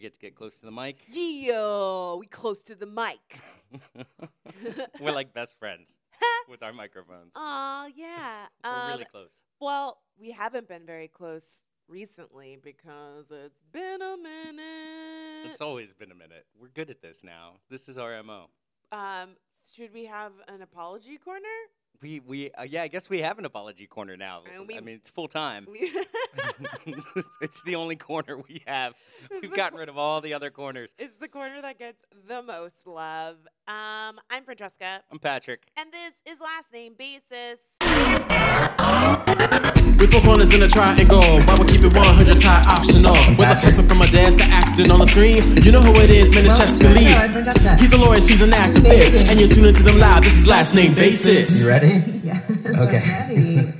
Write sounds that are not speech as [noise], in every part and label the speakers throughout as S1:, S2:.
S1: get to get close to the mic.
S2: Yeah, we close to
S1: [laughs]
S2: the mic. [laughs]
S1: We're like best friends with our microphones.
S2: Oh, yeah.
S1: We're
S2: Um,
S1: really close.
S2: Well, we haven't been very close recently because it's been a minute.
S1: It's always been a minute. We're good at this now. This is our MO.
S2: um, should we have an apology corner?
S1: We, we uh, yeah, I guess we have an apology corner now.
S2: And we-
S1: I mean, it's full
S2: [laughs]
S1: time. [laughs]
S2: We-
S1: it's the only corner we have.
S2: It's
S1: We've
S2: the
S1: gotten
S2: cor-
S1: rid of all the other corners.
S2: It's the corner that gets the most love. Um, I'm Francesca,
S1: I'm Patrick.
S2: and this is last name basis.
S3: With four corners in a triangle, why we keep it 100 tie optional? With a person from a desk to acting on the screen, you know who it is, man, it's Chester Lee. He's a lawyer, she's an activist, and you're tuning to them live. This is last name basis.
S4: You ready? Okay.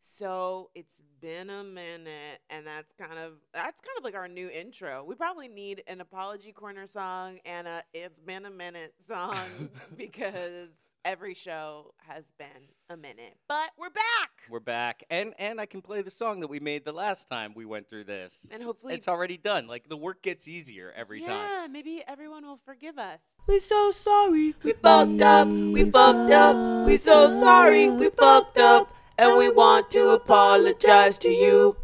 S2: So it's been a minute, and that's kind of that's kind of like our new intro. We probably need an apology corner song and a it's been a minute song because every show has been a minute. But we're back,
S1: We're back, and and I can play the song that we made the last time we went through this.
S2: and hopefully
S1: It's already done. Like the work gets easier every
S2: yeah,
S1: time.
S2: maybe everyone will forgive us.
S5: We're so sorry.
S2: We fucked up, we fucked up, we so sorry, we fucked up, and we want to apologize to you.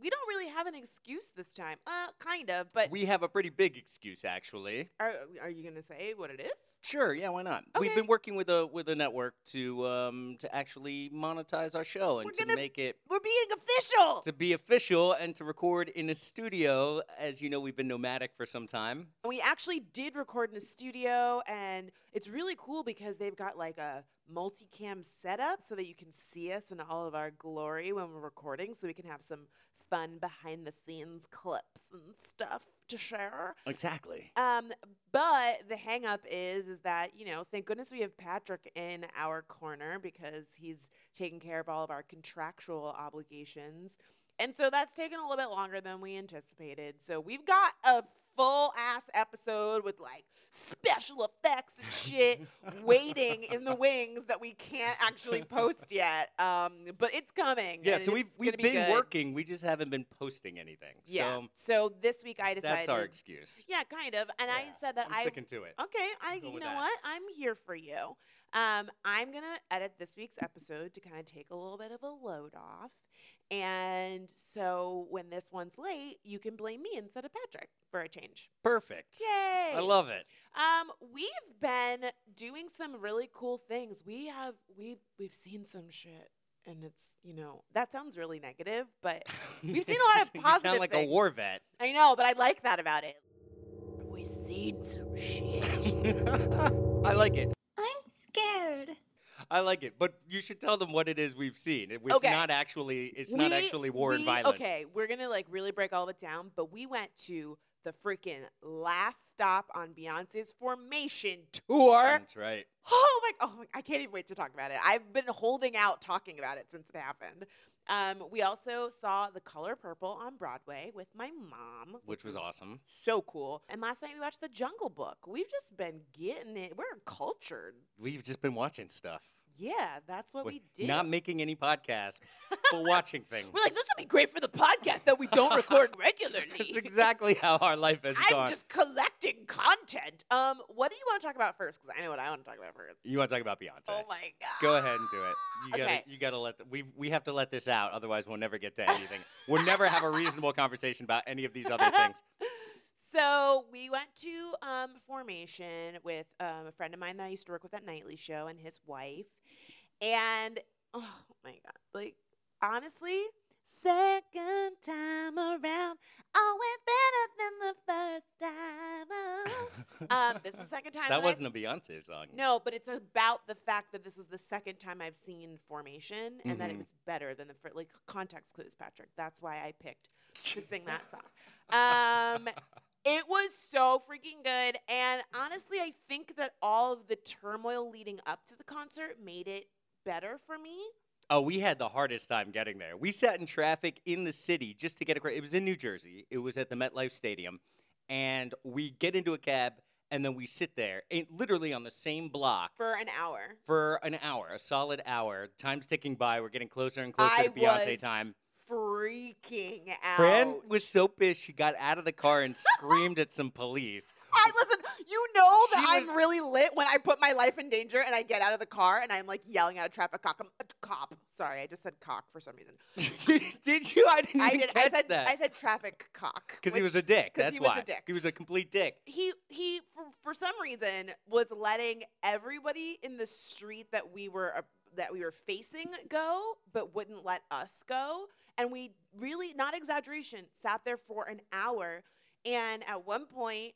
S2: We don't really have an excuse this time. Uh, kind of, but
S1: We have a pretty big excuse, actually.
S2: are, are you going to say what it is?
S1: Sure, yeah, why not? We've
S2: Okay.
S1: been working with a with a network to um to actually monetize our show and
S2: We're
S1: to
S2: gonna-
S1: make it
S2: We're being official!
S1: to be official and to record in a studio. As you know, we've been nomadic for some time.
S2: And we actually did record in a studio, and it's really cool because they've got like a multicam setup so that you can see us in all of our glory when we're recording, so we can have some fun behind the scenes clips and stuff to share.
S1: Exactly.
S2: Um, but the hang up is is that, you know, thank goodness we have Patrick in our corner because he's taking care of all of our contractual obligations. And so that's taken a little bit longer than we anticipated. So we've got a full ass episode with like special effects
S1: [laughs]
S2: and shit waiting in the wings that we can't actually post yet. Um, but it's coming.
S1: Yeah,
S2: and
S1: so
S2: it's
S1: we've
S2: gonna
S1: we've
S2: be
S1: been
S2: good.
S1: working. We just haven't been posting anything.
S2: Yeah.
S1: So
S2: So, this week I decided
S1: that's our excuse.
S2: Yeah, kind of. And I
S1: Yeah,
S2: said that
S1: I'm
S2: I
S1: sticking to it.
S2: Okay, I
S1: go
S2: you know
S1: with that.
S2: what? I'm here for you. Um, I'm gonna edit this week's episode to kind of take a little bit of a load off, and so when this one's late, you can blame me instead of Patrick for a change.
S1: Perfect.
S2: Yay!
S1: I love it.
S2: Um, we've been doing some really cool things. We have we've we've seen some shit, and it's you know that sounds really negative, but
S1: [laughs]
S2: We've seen a lot of
S1: You sound
S2: positive
S1: like
S2: things.
S1: a war vet.
S2: I know, but I like that about it. We've seen some
S1: [laughs]
S2: shit. [laughs]
S1: I like it.
S6: I'm scared.
S1: I like it. But you should tell them what it is we've seen. It was
S2: Okay.
S1: not actually. It's not
S2: We-
S1: actually war and
S2: we-
S1: violence.
S2: Okay, we're gonna like really break all of it down, but we went to the freaking last stop on Beyonce's Formation tour.
S1: That's right.
S2: Oh my! Oh my! I can't even wait to talk about it. I've been holding out talking about it since it happened. Um, we also saw The Color Purple on Broadway with my mom,
S1: Which was awesome.
S2: So cool. And last night we watched The Jungle Book. We've just been getting it. We're cultured.
S1: We've just been watching stuff.
S2: Yeah, that's what
S1: We're
S2: we did.
S1: Not making any podcasts,
S2: [laughs]
S1: but watching things.
S2: We're like, this would be great for the podcast that we don't record regularly.
S1: [laughs] That's exactly how our life has
S2: I'm
S1: gone.
S2: just collecting content. Um, what do you want to talk about first? Because I know what I want to talk about first.
S1: You want to talk about Beyonce?
S2: Oh my god.
S1: Go ahead and do it. You gotta,
S2: Okay.
S1: you gotta let the, we we have to let this out, otherwise we'll never get to anything. we'll never have
S2: [laughs]
S1: a reasonable conversation about any of these other things.
S2: So we went to um, Formation with um, a friend of mine that I used to work with at Nightly Show and his wife, and oh my god, like honestly, second time around, always better than the first time.
S1: [laughs]
S2: oh. [laughs] Um, this is the second time.
S1: that
S2: that I've
S1: wasn't a Beyonce song.
S2: No, but it's about the fact that this is the second time I've seen Formation and that
S1: Mhm.
S2: it was better than the first. Like context clues, Patrick. That's why I picked to sing that song. Um, it was so freaking good, and honestly, I think that all of the turmoil leading up to the concert made it better for me.
S1: Oh, we had the hardest time getting there. We sat in traffic in the city just to get across. It was in New Jersey. It was at the MetLife Stadium, and we get into a cab and then we sit there, in- literally on the same block
S2: For an hour,
S1: for an hour, a solid hour. Time's ticking by. We're getting closer and closer
S2: I
S1: to Beyonce
S2: was
S1: time.
S2: freaking out.
S1: Fran was so pissed she got out of the car and screamed at some
S2: [laughs]
S1: police. [laughs]
S2: I listen. You know that
S1: She
S2: I'm
S1: was-
S2: really lit when I put my life in danger and I get out of the car and I'm like yelling at a traffic cop. I'm- uh, cop. Sorry, I just said cock for some reason.
S1: did you? I didn't
S2: I
S1: even
S2: did. I
S1: catch
S2: said I
S1: that.
S2: said traffic cock
S1: Because he
S2: which-
S1: was a dick.
S2: 'cause
S1: That's
S2: he was
S1: why.
S2: a dick.
S1: He was a complete dick.
S2: he he for, for some reason was letting everybody in the street that we were uh, that we were facing go but wouldn't let us go and we really not exaggeration sat there for an hour and at one point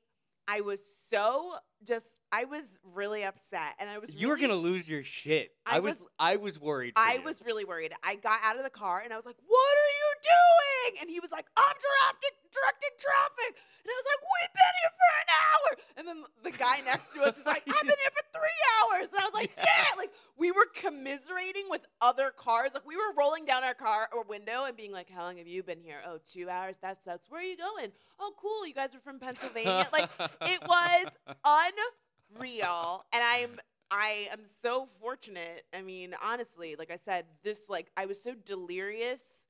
S2: i was so just i was really upset and i was
S1: You were
S2: really-
S1: gonna lose your shit.
S2: I
S1: I, was,
S2: was-
S1: I was worried. for
S2: I
S1: you.
S2: was really worried. I got out of the car and I was like, "What are you doing?" And he was like, "I'm directing directing traffic." And I was like, "We've been here for an hour." And then the guy next to us is like, "I've been here for three hours." And I was like,
S1: [laughs] Yeah.
S2: "Yeah!" Like we were commiserating with other cars. Like we were rolling down our car or window and being like, "How long have you been here?" "Oh, two hours. That sucks. Where are you going?" "Oh, cool. You guys are from
S1: [laughs]
S2: Pennsylvania." Like it was unreal and i'm i am so fortunate i mean honestly like i said this like i was so delirious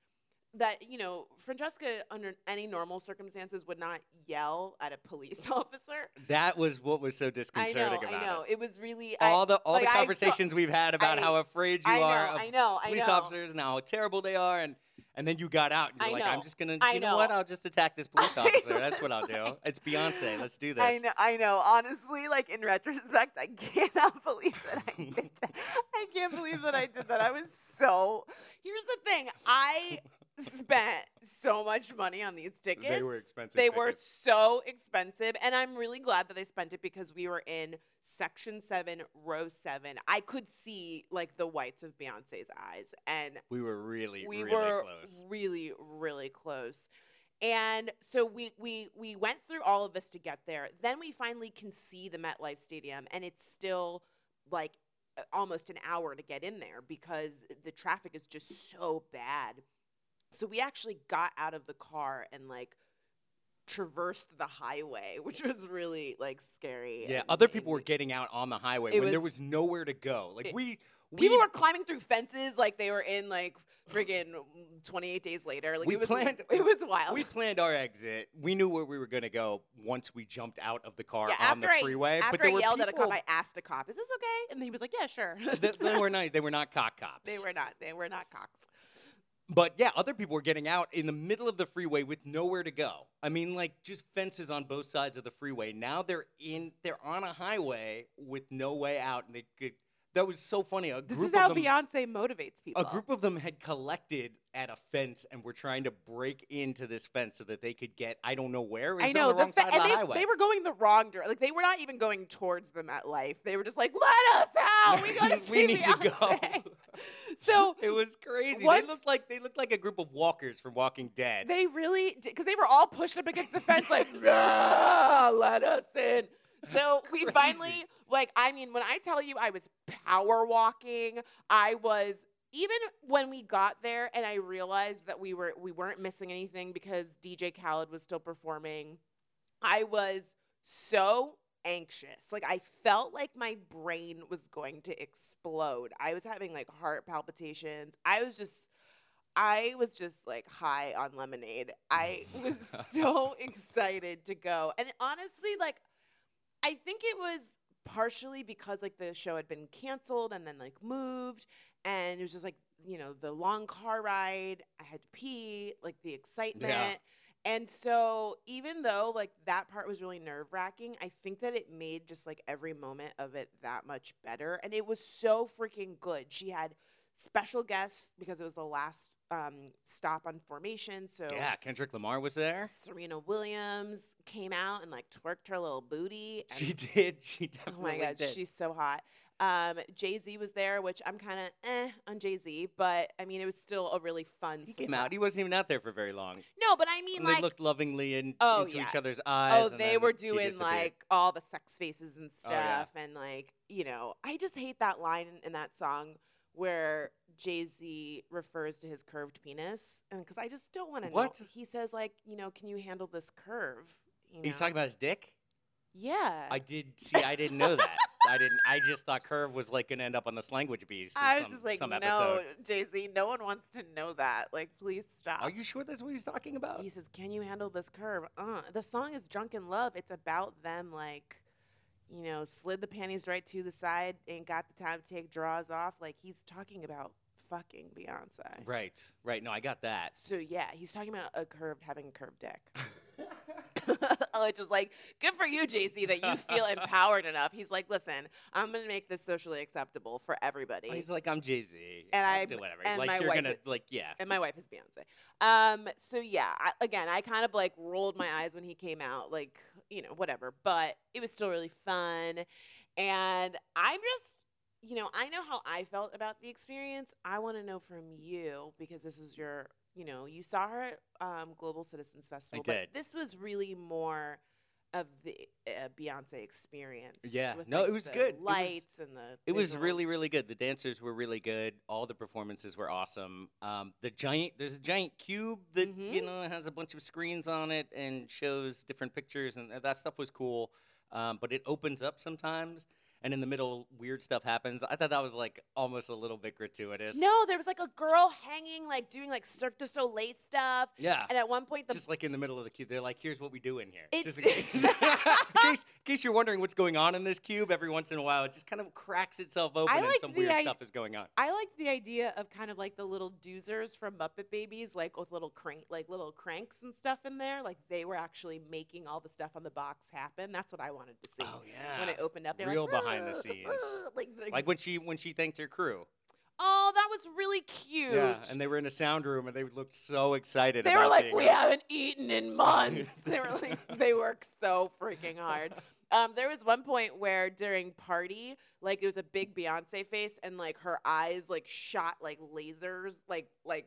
S2: that you know francesca under any normal circumstances would not yell at a police [laughs] officer
S1: That was what was so
S2: i know
S1: disconcerting
S2: i
S1: about
S2: know
S1: it.
S2: it was really I-
S1: All the all
S2: like,
S1: the
S2: I felt-
S1: conversations we've had about
S2: I-
S1: how afraid you
S2: I,
S1: are
S2: know
S1: of
S2: i know i know
S1: police officers and how terrible they are, and and then you got out and you're
S2: I
S1: like,
S2: know.
S1: I'm just gonna,
S2: I
S1: you know. what?
S2: know.
S1: I'll just attack this police
S2: [laughs] I
S1: officer. That's what
S2: was
S1: I'll do.
S2: like-
S1: It's Beyonce. Let's do this.
S2: I know, I know. Honestly, like in retrospect, I [laughs] cannot believe that I did that. I can't believe that I did that. I was so. Here's the thing: I spent so much money on these tickets.
S1: They were expensive.
S2: They were
S1: tickets.
S2: so expensive, and I'm really glad that I spent it because we were in section seven, row seven. I could see like the whites of Beyonce's eyes, and
S1: We were really,
S2: we
S1: really
S2: were
S1: close.
S2: really really close and so we we we went through all of this to get there then we finally can see the metlife stadium and it's still like uh, almost an hour to get in there because the traffic is just so bad so we actually got out of the car and like traversed the highway [laughs] which was really like scary
S1: Yeah,
S2: and
S1: other people were
S2: maybe-
S1: getting out on the highway
S2: It
S1: when there
S2: was-
S1: was nowhere to go. Like
S2: it-
S1: we, we
S2: people were climbing through fences like they were in like friggin 28 days later like
S1: We
S2: it was
S1: planned-
S2: [laughs] it was wild
S1: we planned our exit. We knew where we were going to go once we jumped out of the car
S2: Yeah,
S1: on the freeway.
S2: I, after
S1: but there
S2: I
S1: were
S2: yelled
S1: people,
S2: at
S1: [laughs]
S2: a cop, I asked a cop, "Is this okay?" And he was like, "Yeah, sure." [laughs]
S1: th- they were nice. They were not cock cops.
S2: they were not. They were not cocks.
S1: But yeah, other people were getting out in the middle of the freeway with nowhere to go. I mean, like just fences on both sides of the freeway. Now they're in. They're on a highway with no way out, and they could. That was so funny. A
S2: This
S1: group
S2: is how
S1: of them,
S2: Beyonce motivates people.
S1: a group of them had collected at a fence and were trying to break into this fence so that they could get I don't know where. It was
S2: I know
S1: on the wrong
S2: fe-
S1: side of
S2: and
S1: the
S2: they,
S1: highway.
S2: they were going the wrong direction. Like they were not even going towards the MetLife. They were just like, "Let us
S1: [laughs]
S2: out. We gotta see
S1: We need to go."
S2: Beyonce."
S1: [laughs]
S2: [laughs] so
S1: it was crazy.
S2: once-
S1: They looked like they looked like a group of walkers from Walking Dead.
S2: they really, because they were all pushed up against the fence, like, "Ah, "Let us in." So we
S1: Crazy.
S2: finally, like, I mean, when I tell you I was power walking, I was even when we got there and I realized that we were we weren't missing anything because DJ Khaled was still performing. I was so anxious. Like I felt like my brain was going to explode. I was having like heart palpitations. I was just I was just like high on lemonade. I was so excited to go. And honestly, like I think it was partially because like the show had been canceled and then like moved and it was just like, you know, the long car ride, I had to pee, like the excitement. And so even though like that part was really nerve-wracking, I think that it made just like every moment of it that much better and it was so freaking good. She had special guests because it was the last um, stop on formation, so
S1: yeah, Kendrick Lamar was there.
S2: Serena Williams came out and like twerked her little booty.
S1: [laughs]
S2: And
S1: She did. She
S2: [laughs] Oh
S1: definitely
S2: my god,
S1: did.
S2: she's so hot. Um, Jay Z was there, which I'm kind of eh on Jay Z, but I mean it was still a really fun.
S1: he
S2: sleep
S1: came out. He wasn't even out there for very long.
S2: No, but I mean
S1: And
S2: like
S1: they looked lovingly in,
S2: Oh,
S1: into
S2: yeah.
S1: each other's eyes.
S2: oh,
S1: and
S2: they
S1: then
S2: were
S1: he
S2: doing
S1: disappeared.
S2: like all the sex faces and
S1: Oh, yeah.
S2: stuff, and like you know, I just hate that line in, in that song where Jay Z refers to his curved penis, and because I just don't want to know.
S1: What?
S2: He says like, you know, can you handle this curve? You
S1: He's
S2: know?
S1: talking about his dick.
S2: Yeah.
S1: I did see. I didn't know that. I didn't. I just thought Curve was like gonna end up on this language beast. in
S2: I was
S1: some,
S2: just like,
S1: some
S2: no,
S1: episode.
S2: Jay Z, no one wants to know that. Like, please stop.
S1: Are you sure that's what he's talking about?
S2: He says, "Can you handle this curve?" Uh, the song is "Drunken Love." It's about them, like, you know, slid the panties right to the side and got the time to take draws off. Like he's talking about fucking Beyonce.
S1: Right. Right. No, I got that.
S2: So yeah, he's talking about a curved having a curved dick. [laughs] oh, it's just like good for you, Jay Z, that you feel empowered enough. He's like, listen, I'm gonna make this socially acceptable for everybody.
S1: He's like, I'm Jay Z.
S2: And
S1: I
S2: I'm-
S1: do whatever.
S2: and
S1: like
S2: my
S1: you're
S2: wife
S1: gonna
S2: is-
S1: like yeah.
S2: [laughs] and my wife is Beyonce. Um, so yeah, I, again, I kind of like rolled my eyes when he came out, like you know, whatever. But it was still really fun, and I'm just, you know, I know how I felt about the experience. I want to know from you because this is your, you know, you saw her at um, Global Citizens Festival,
S1: did.
S2: but this was really more of the uh, Beyonce experience.
S1: Yeah.
S2: with,
S1: No,
S2: like,
S1: it was
S2: the
S1: good. It was-
S2: Lights and the.
S1: It was really,
S2: visuals.
S1: really good. The dancers were really good. All the performances were awesome. Um, the giant, there's a giant cube that you
S2: Mm-hmm.
S1: know has a bunch of screens on it and shows different pictures, and uh, that stuff was cool. Um, but it opens up sometimes, and in the middle, weird stuff happens. I thought that was like almost a little bit gratuitous.
S2: No, there was like a girl hanging, like doing like Cirque du Soleil stuff.
S1: Yeah.
S2: And at one point, the
S1: Uh, Just like in the middle of the cube, they're like, "Here's what we do in here."
S2: It- [laughs]
S1: Just in case, [laughs] in case- in case you're wondering what's going on in this cube, every once in a while, it just kind of cracks itself open, and
S2: liked
S1: some
S2: the
S1: weird
S2: i-
S1: stuff is going on.
S2: I liked the idea of kind of like the little doozers from Muppet Babies, like with little crank, like little cranks and stuff in there. Like they were actually making all the stuff on the box happen. That's what I wanted to see
S1: Oh yeah.
S2: when it opened up. They're
S1: Real
S2: like,
S1: behind the
S2: "Ugh,
S1: scenes.
S2: ugh," [laughs] like,
S1: like when she when she thanked her crew.
S2: oh, that was really cute.
S1: Yeah, and they were in a sound room and they looked so excited.
S2: They
S1: about
S2: were like,
S1: being
S2: we
S1: there."
S2: haven't
S1: [laughs]
S2: eaten in months. they were like, they work so freaking hard. Um, there was one point where during party, like it was a big Beyonce face, and like her eyes like shot like lasers, like like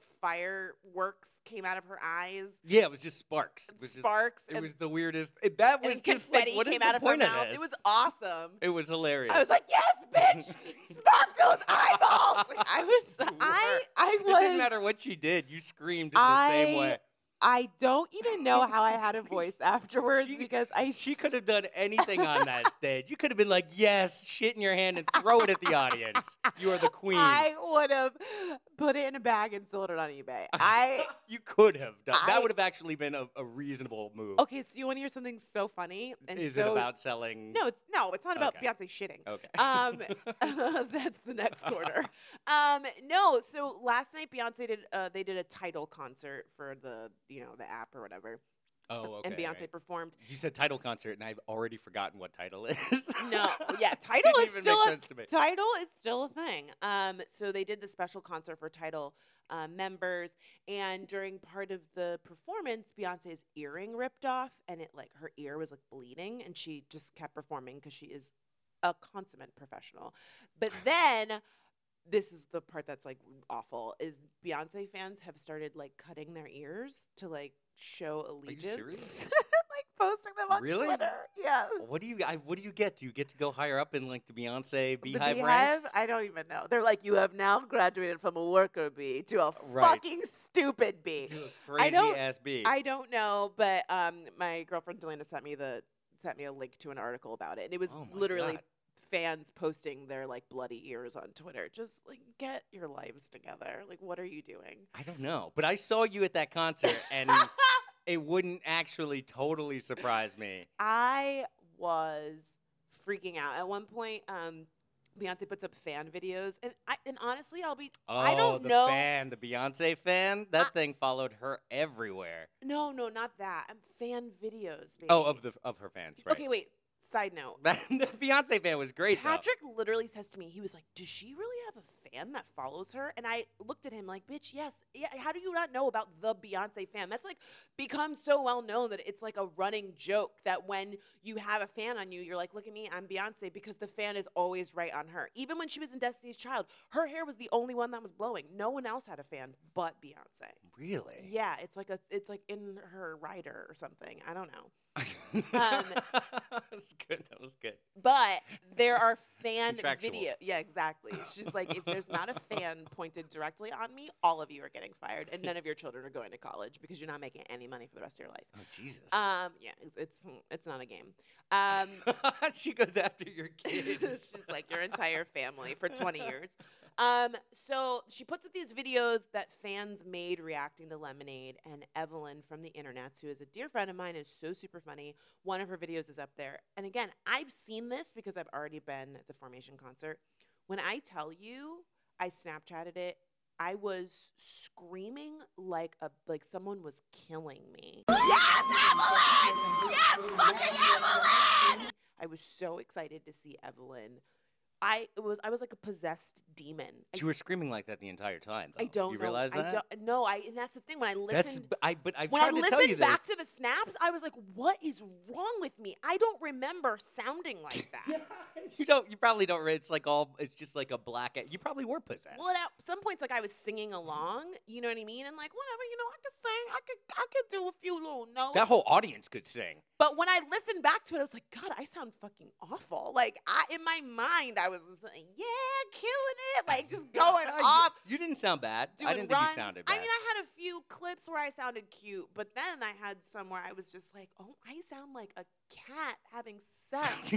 S2: fireworks came out of her eyes,
S1: Yeah, it was just sparks. It was just-
S2: sparks,
S1: it
S2: and,
S1: was the weirdest. It, that
S2: and
S1: was just like,
S2: confetti
S1: what is
S2: came
S1: the
S2: out of her
S1: point
S2: mouth.
S1: Of
S2: It
S1: this?
S2: was awesome.
S1: It was hilarious.
S2: I was like, yes,
S1: [laughs]
S2: bitch, spark those eyeballs. Like, I was,
S1: You
S2: I,
S1: were.
S2: I
S1: it
S2: was.
S1: didn't matter what she did. You screamed in the same
S2: I-
S1: way.
S2: I don't even know how I
S1: [laughs]
S2: had a voice afterwards
S1: She-
S2: because I
S1: She could have done anything on
S2: [laughs]
S1: that stage. You could have been like, "Yes," shit in your hand and throw it at the audience. You
S2: [laughs]
S1: are the queen.
S2: I would have put it in a bag and sold it on eBay.
S1: [laughs]
S2: I
S1: you could have done.
S2: I-
S1: that would have actually been a, a reasonable move.
S2: okay. So you want to hear something so funny? And
S1: Is
S2: so,
S1: it about selling?
S2: No, it's no. It's not about
S1: Okay.
S2: Beyonce shitting.
S1: Okay. [laughs]
S2: Um, [laughs] that's the next corner. Um, no. So last night Beyonce did. Uh, they did a title concert for the you know the app or whatever,
S1: oh, okay.
S2: and Beyonce
S1: right.
S2: performed.
S1: You said title concert, and I've already forgotten what title is. [laughs]
S2: No, yeah, title
S1: Didn't
S2: is
S1: even
S2: still
S1: make
S2: a,
S1: sense to me.
S2: title is still a thing. Um, so they did the special concert for title uh, members, and during part of the performance, Beyonce's earring ripped off, and it like her ear was like bleeding, and she just kept performing because she is a consummate professional. But then. This is the part that's like awful. Is Beyonce fans have started like cutting their ears to like show allegiance,
S1: serious?
S2: [laughs] like posting them on
S1: Really?
S2: Twitter. Yes.
S1: What do you? I, what do you get? Do you get to go higher up in like the Beyonce
S2: The
S1: beehive, ranks?
S2: I don't even know. They're like, you have now graduated from a worker bee to a
S1: Right.
S2: fucking stupid bee.
S1: To a crazy
S2: don't-
S1: ass bee.
S2: I don't know, but um, my girlfriend Delana sent me the sent me a link to an article about it, and it was
S1: Oh my
S2: literally
S1: God.
S2: fans posting their like bloody ears on Twitter. Just like, get your lives together. Like, what are you doing?
S1: I don't know, but I saw you at that concert,
S2: [laughs]
S1: and it wouldn't actually totally surprise me.
S2: I was freaking out. At one point, um, Beyonce puts up fan videos, and I and honestly, I'll be
S1: Oh,
S2: I don't
S1: the
S2: know-
S1: fan, the Beyonce fan, that
S2: I-
S1: thing followed her everywhere.
S2: no, no, not that. I'm fan videos. Baby.
S1: Oh, of the of her fans, right?
S2: Okay, wait. Side note.
S1: [laughs] That the Beyonce fan was great. though.
S2: Patrick literally says to me, he was like, "Does she really have a fan that follows her?" And I looked at him like, "Bitch, yes. Yeah, how do you not know about the Beyonce fan? That's like become so well known that it's like a running joke that when you have a fan on you, you're like, "Look at me, I'm Beyonce," because the fan is always right on her. Even when she was in Destiny's Child, her hair was the only one that was blowing. No one else had a fan but Beyonce.
S1: Really? [laughs]
S2: Yeah, it's like a it's like in her rider or something. I don't know. um,
S1: was good. That was good.
S2: But there are fan
S1: contractual.
S2: video. Yeah, exactly. She's like, if there's not a fan pointed directly on me, all of you are getting fired, and none of your children are going to college because you're not making any money for the rest of your life.
S1: Oh Jesus.
S2: Um, yeah, it's it's, it's not a game. Um,
S1: [laughs] she goes after
S2: [laughs]
S1: your
S2: She's
S1: kids.
S2: like your entire family for 20 years. Um, so she puts up these videos that fans made reacting to Lemonade, and Evelyn from the internet, who is a dear friend of mine, is so super funny. One of her videos is up there. And again, I've seen this because I've already been at the Formation concert. When I tell you, I Snapchatted it. I was screaming like a like someone was killing me. I was so excited to see Evelyn. I it was I was like a possessed demon. I,
S1: you were screaming like that the entire time. Though.
S2: I don't
S1: You
S2: know.
S1: realize that?
S2: I don't no, I and that's the thing. When I
S1: That's.
S2: listened
S1: b- I. But I
S2: when I
S1: tried to tell you
S2: listened
S1: this.
S2: back to the snaps, I was like, what is wrong with me? I don't remember sounding
S1: [clears throat]
S2: like that.
S1: yeah. [laughs] You don't. You probably don't. re- It's like all. It's just like a black. You probably were possessed.
S2: Well, at some points, like I was singing along, you know what I mean, and like whatever, you know, I could sing, I could, I could do a few little notes.
S1: that whole audience could sing.
S2: But when I listened back to it, I was like, God, I sound fucking awful. Like I, in my mind, I was just like, yeah, killing it,
S1: [laughs]
S2: like [laughs] just going
S1: You-
S2: off.
S1: You, didn't sound bad.
S2: doing
S1: I didn't
S2: runs.
S1: think you sounded bad.
S2: I mean, I had a few clips where I sounded cute, but then I had some where I was just like, "Oh, I sound like a cat having
S1: [laughs]
S2: sex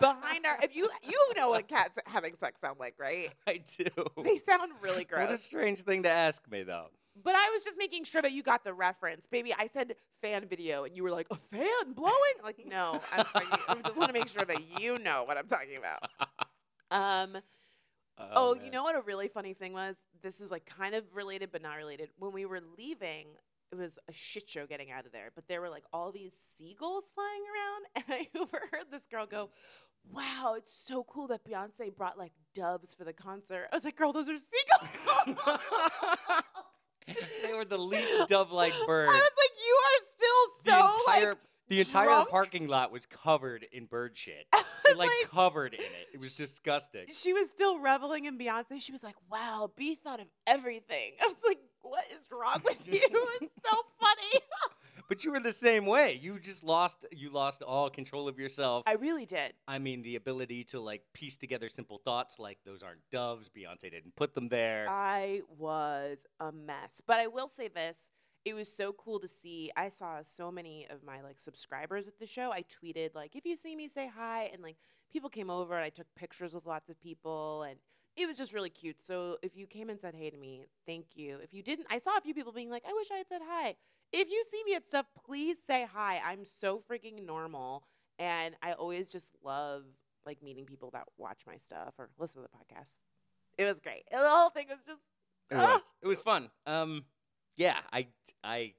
S2: behind our." If you you know what cats having sex sound like,
S1: [laughs]
S2: right?
S1: I do.
S2: They sound really
S1: What a
S2: gross.
S1: strange thing to ask me, though.
S2: But I was just making sure that you got the reference, baby. I said fan video, and you were like, "A fan blowing?" Like, no, [laughs] I'm talking, I just want to make sure that you know what I'm talking about. [laughs] Um. Oh, you
S1: man.
S2: know what a really funny thing was? This is like kind of related but not related. When we were leaving, it was a shit show getting out of there, but there were like all these seagulls flying around, [laughs] and I overheard this girl go, "Wow, it's so cool that Beyonce brought like doves for the concert." I was like, "Girl, those are
S1: [laughs]
S2: seagulls." [laughs]
S1: they were the least dove-like bird.
S2: [laughs] I was like, "You are
S1: the
S2: still so
S1: entire
S2: like." [laughs]
S1: the entire
S2: drunk?
S1: parking lot was covered in bird shit.
S2: I
S1: It,
S2: was
S1: like,
S2: like-
S1: covered in it. It was disgusting.
S2: [laughs] she was still reveling in Beyonce. She was like, "Wow, B thought of everything." [laughs] I was like, "What is wrong [laughs] with you?" It was so funny.
S1: But you were the same way. You just lost you lost all control of yourself.
S2: I really did.
S1: I mean, the ability to like piece together simple thoughts like those aren't doves. Beyonce didn't put them there.
S2: I was a mess. But I will say this. It was so cool to see. I saw so many of my like subscribers at the show. I tweeted like, "If you see me, say hi." And like people came over and I took pictures with lots of people and it was just really cute. So if you came and said hey to me, thank you. If you didn't, I saw a few people being like, "I wish I had said hi." If you see me at stuff, please say hi. I'm so freaking normal and I always just love like meeting people that watch my stuff or listen to the podcast. It was great. And the whole thing was just
S1: It
S2: Ah!
S1: was. [laughs] It was fun. Um, yeah, I, I,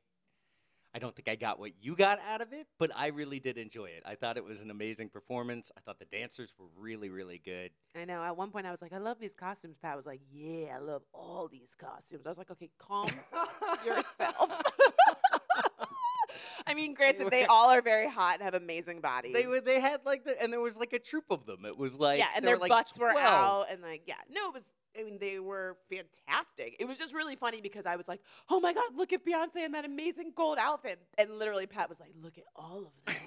S1: I don't think I got what you got out of it, but I really did enjoy it. I thought it was an amazing performance. I thought the dancers were really, really
S2: [laughs]
S1: good.
S2: I know. At one point, I was like, I love these costumes. Pat was like, Yeah, I love all these costumes. I was like, Okay, calm yourself. [laughs] I mean, granted, they
S1: were-
S2: all are very hot and have amazing bodies.
S1: [laughs] They were. They had like the, and there was like a troop of them. It was like
S2: yeah, and
S1: there
S2: their
S1: were, like,
S2: butts were
S1: 12. [laughs]
S2: out, and like, yeah, no, it was. I mean, they were fantastic. It was just really funny because I was like, "Oh my God, look at Beyonce in that amazing gold outfit," and literally Pat was like, "Look at all of them." [laughs]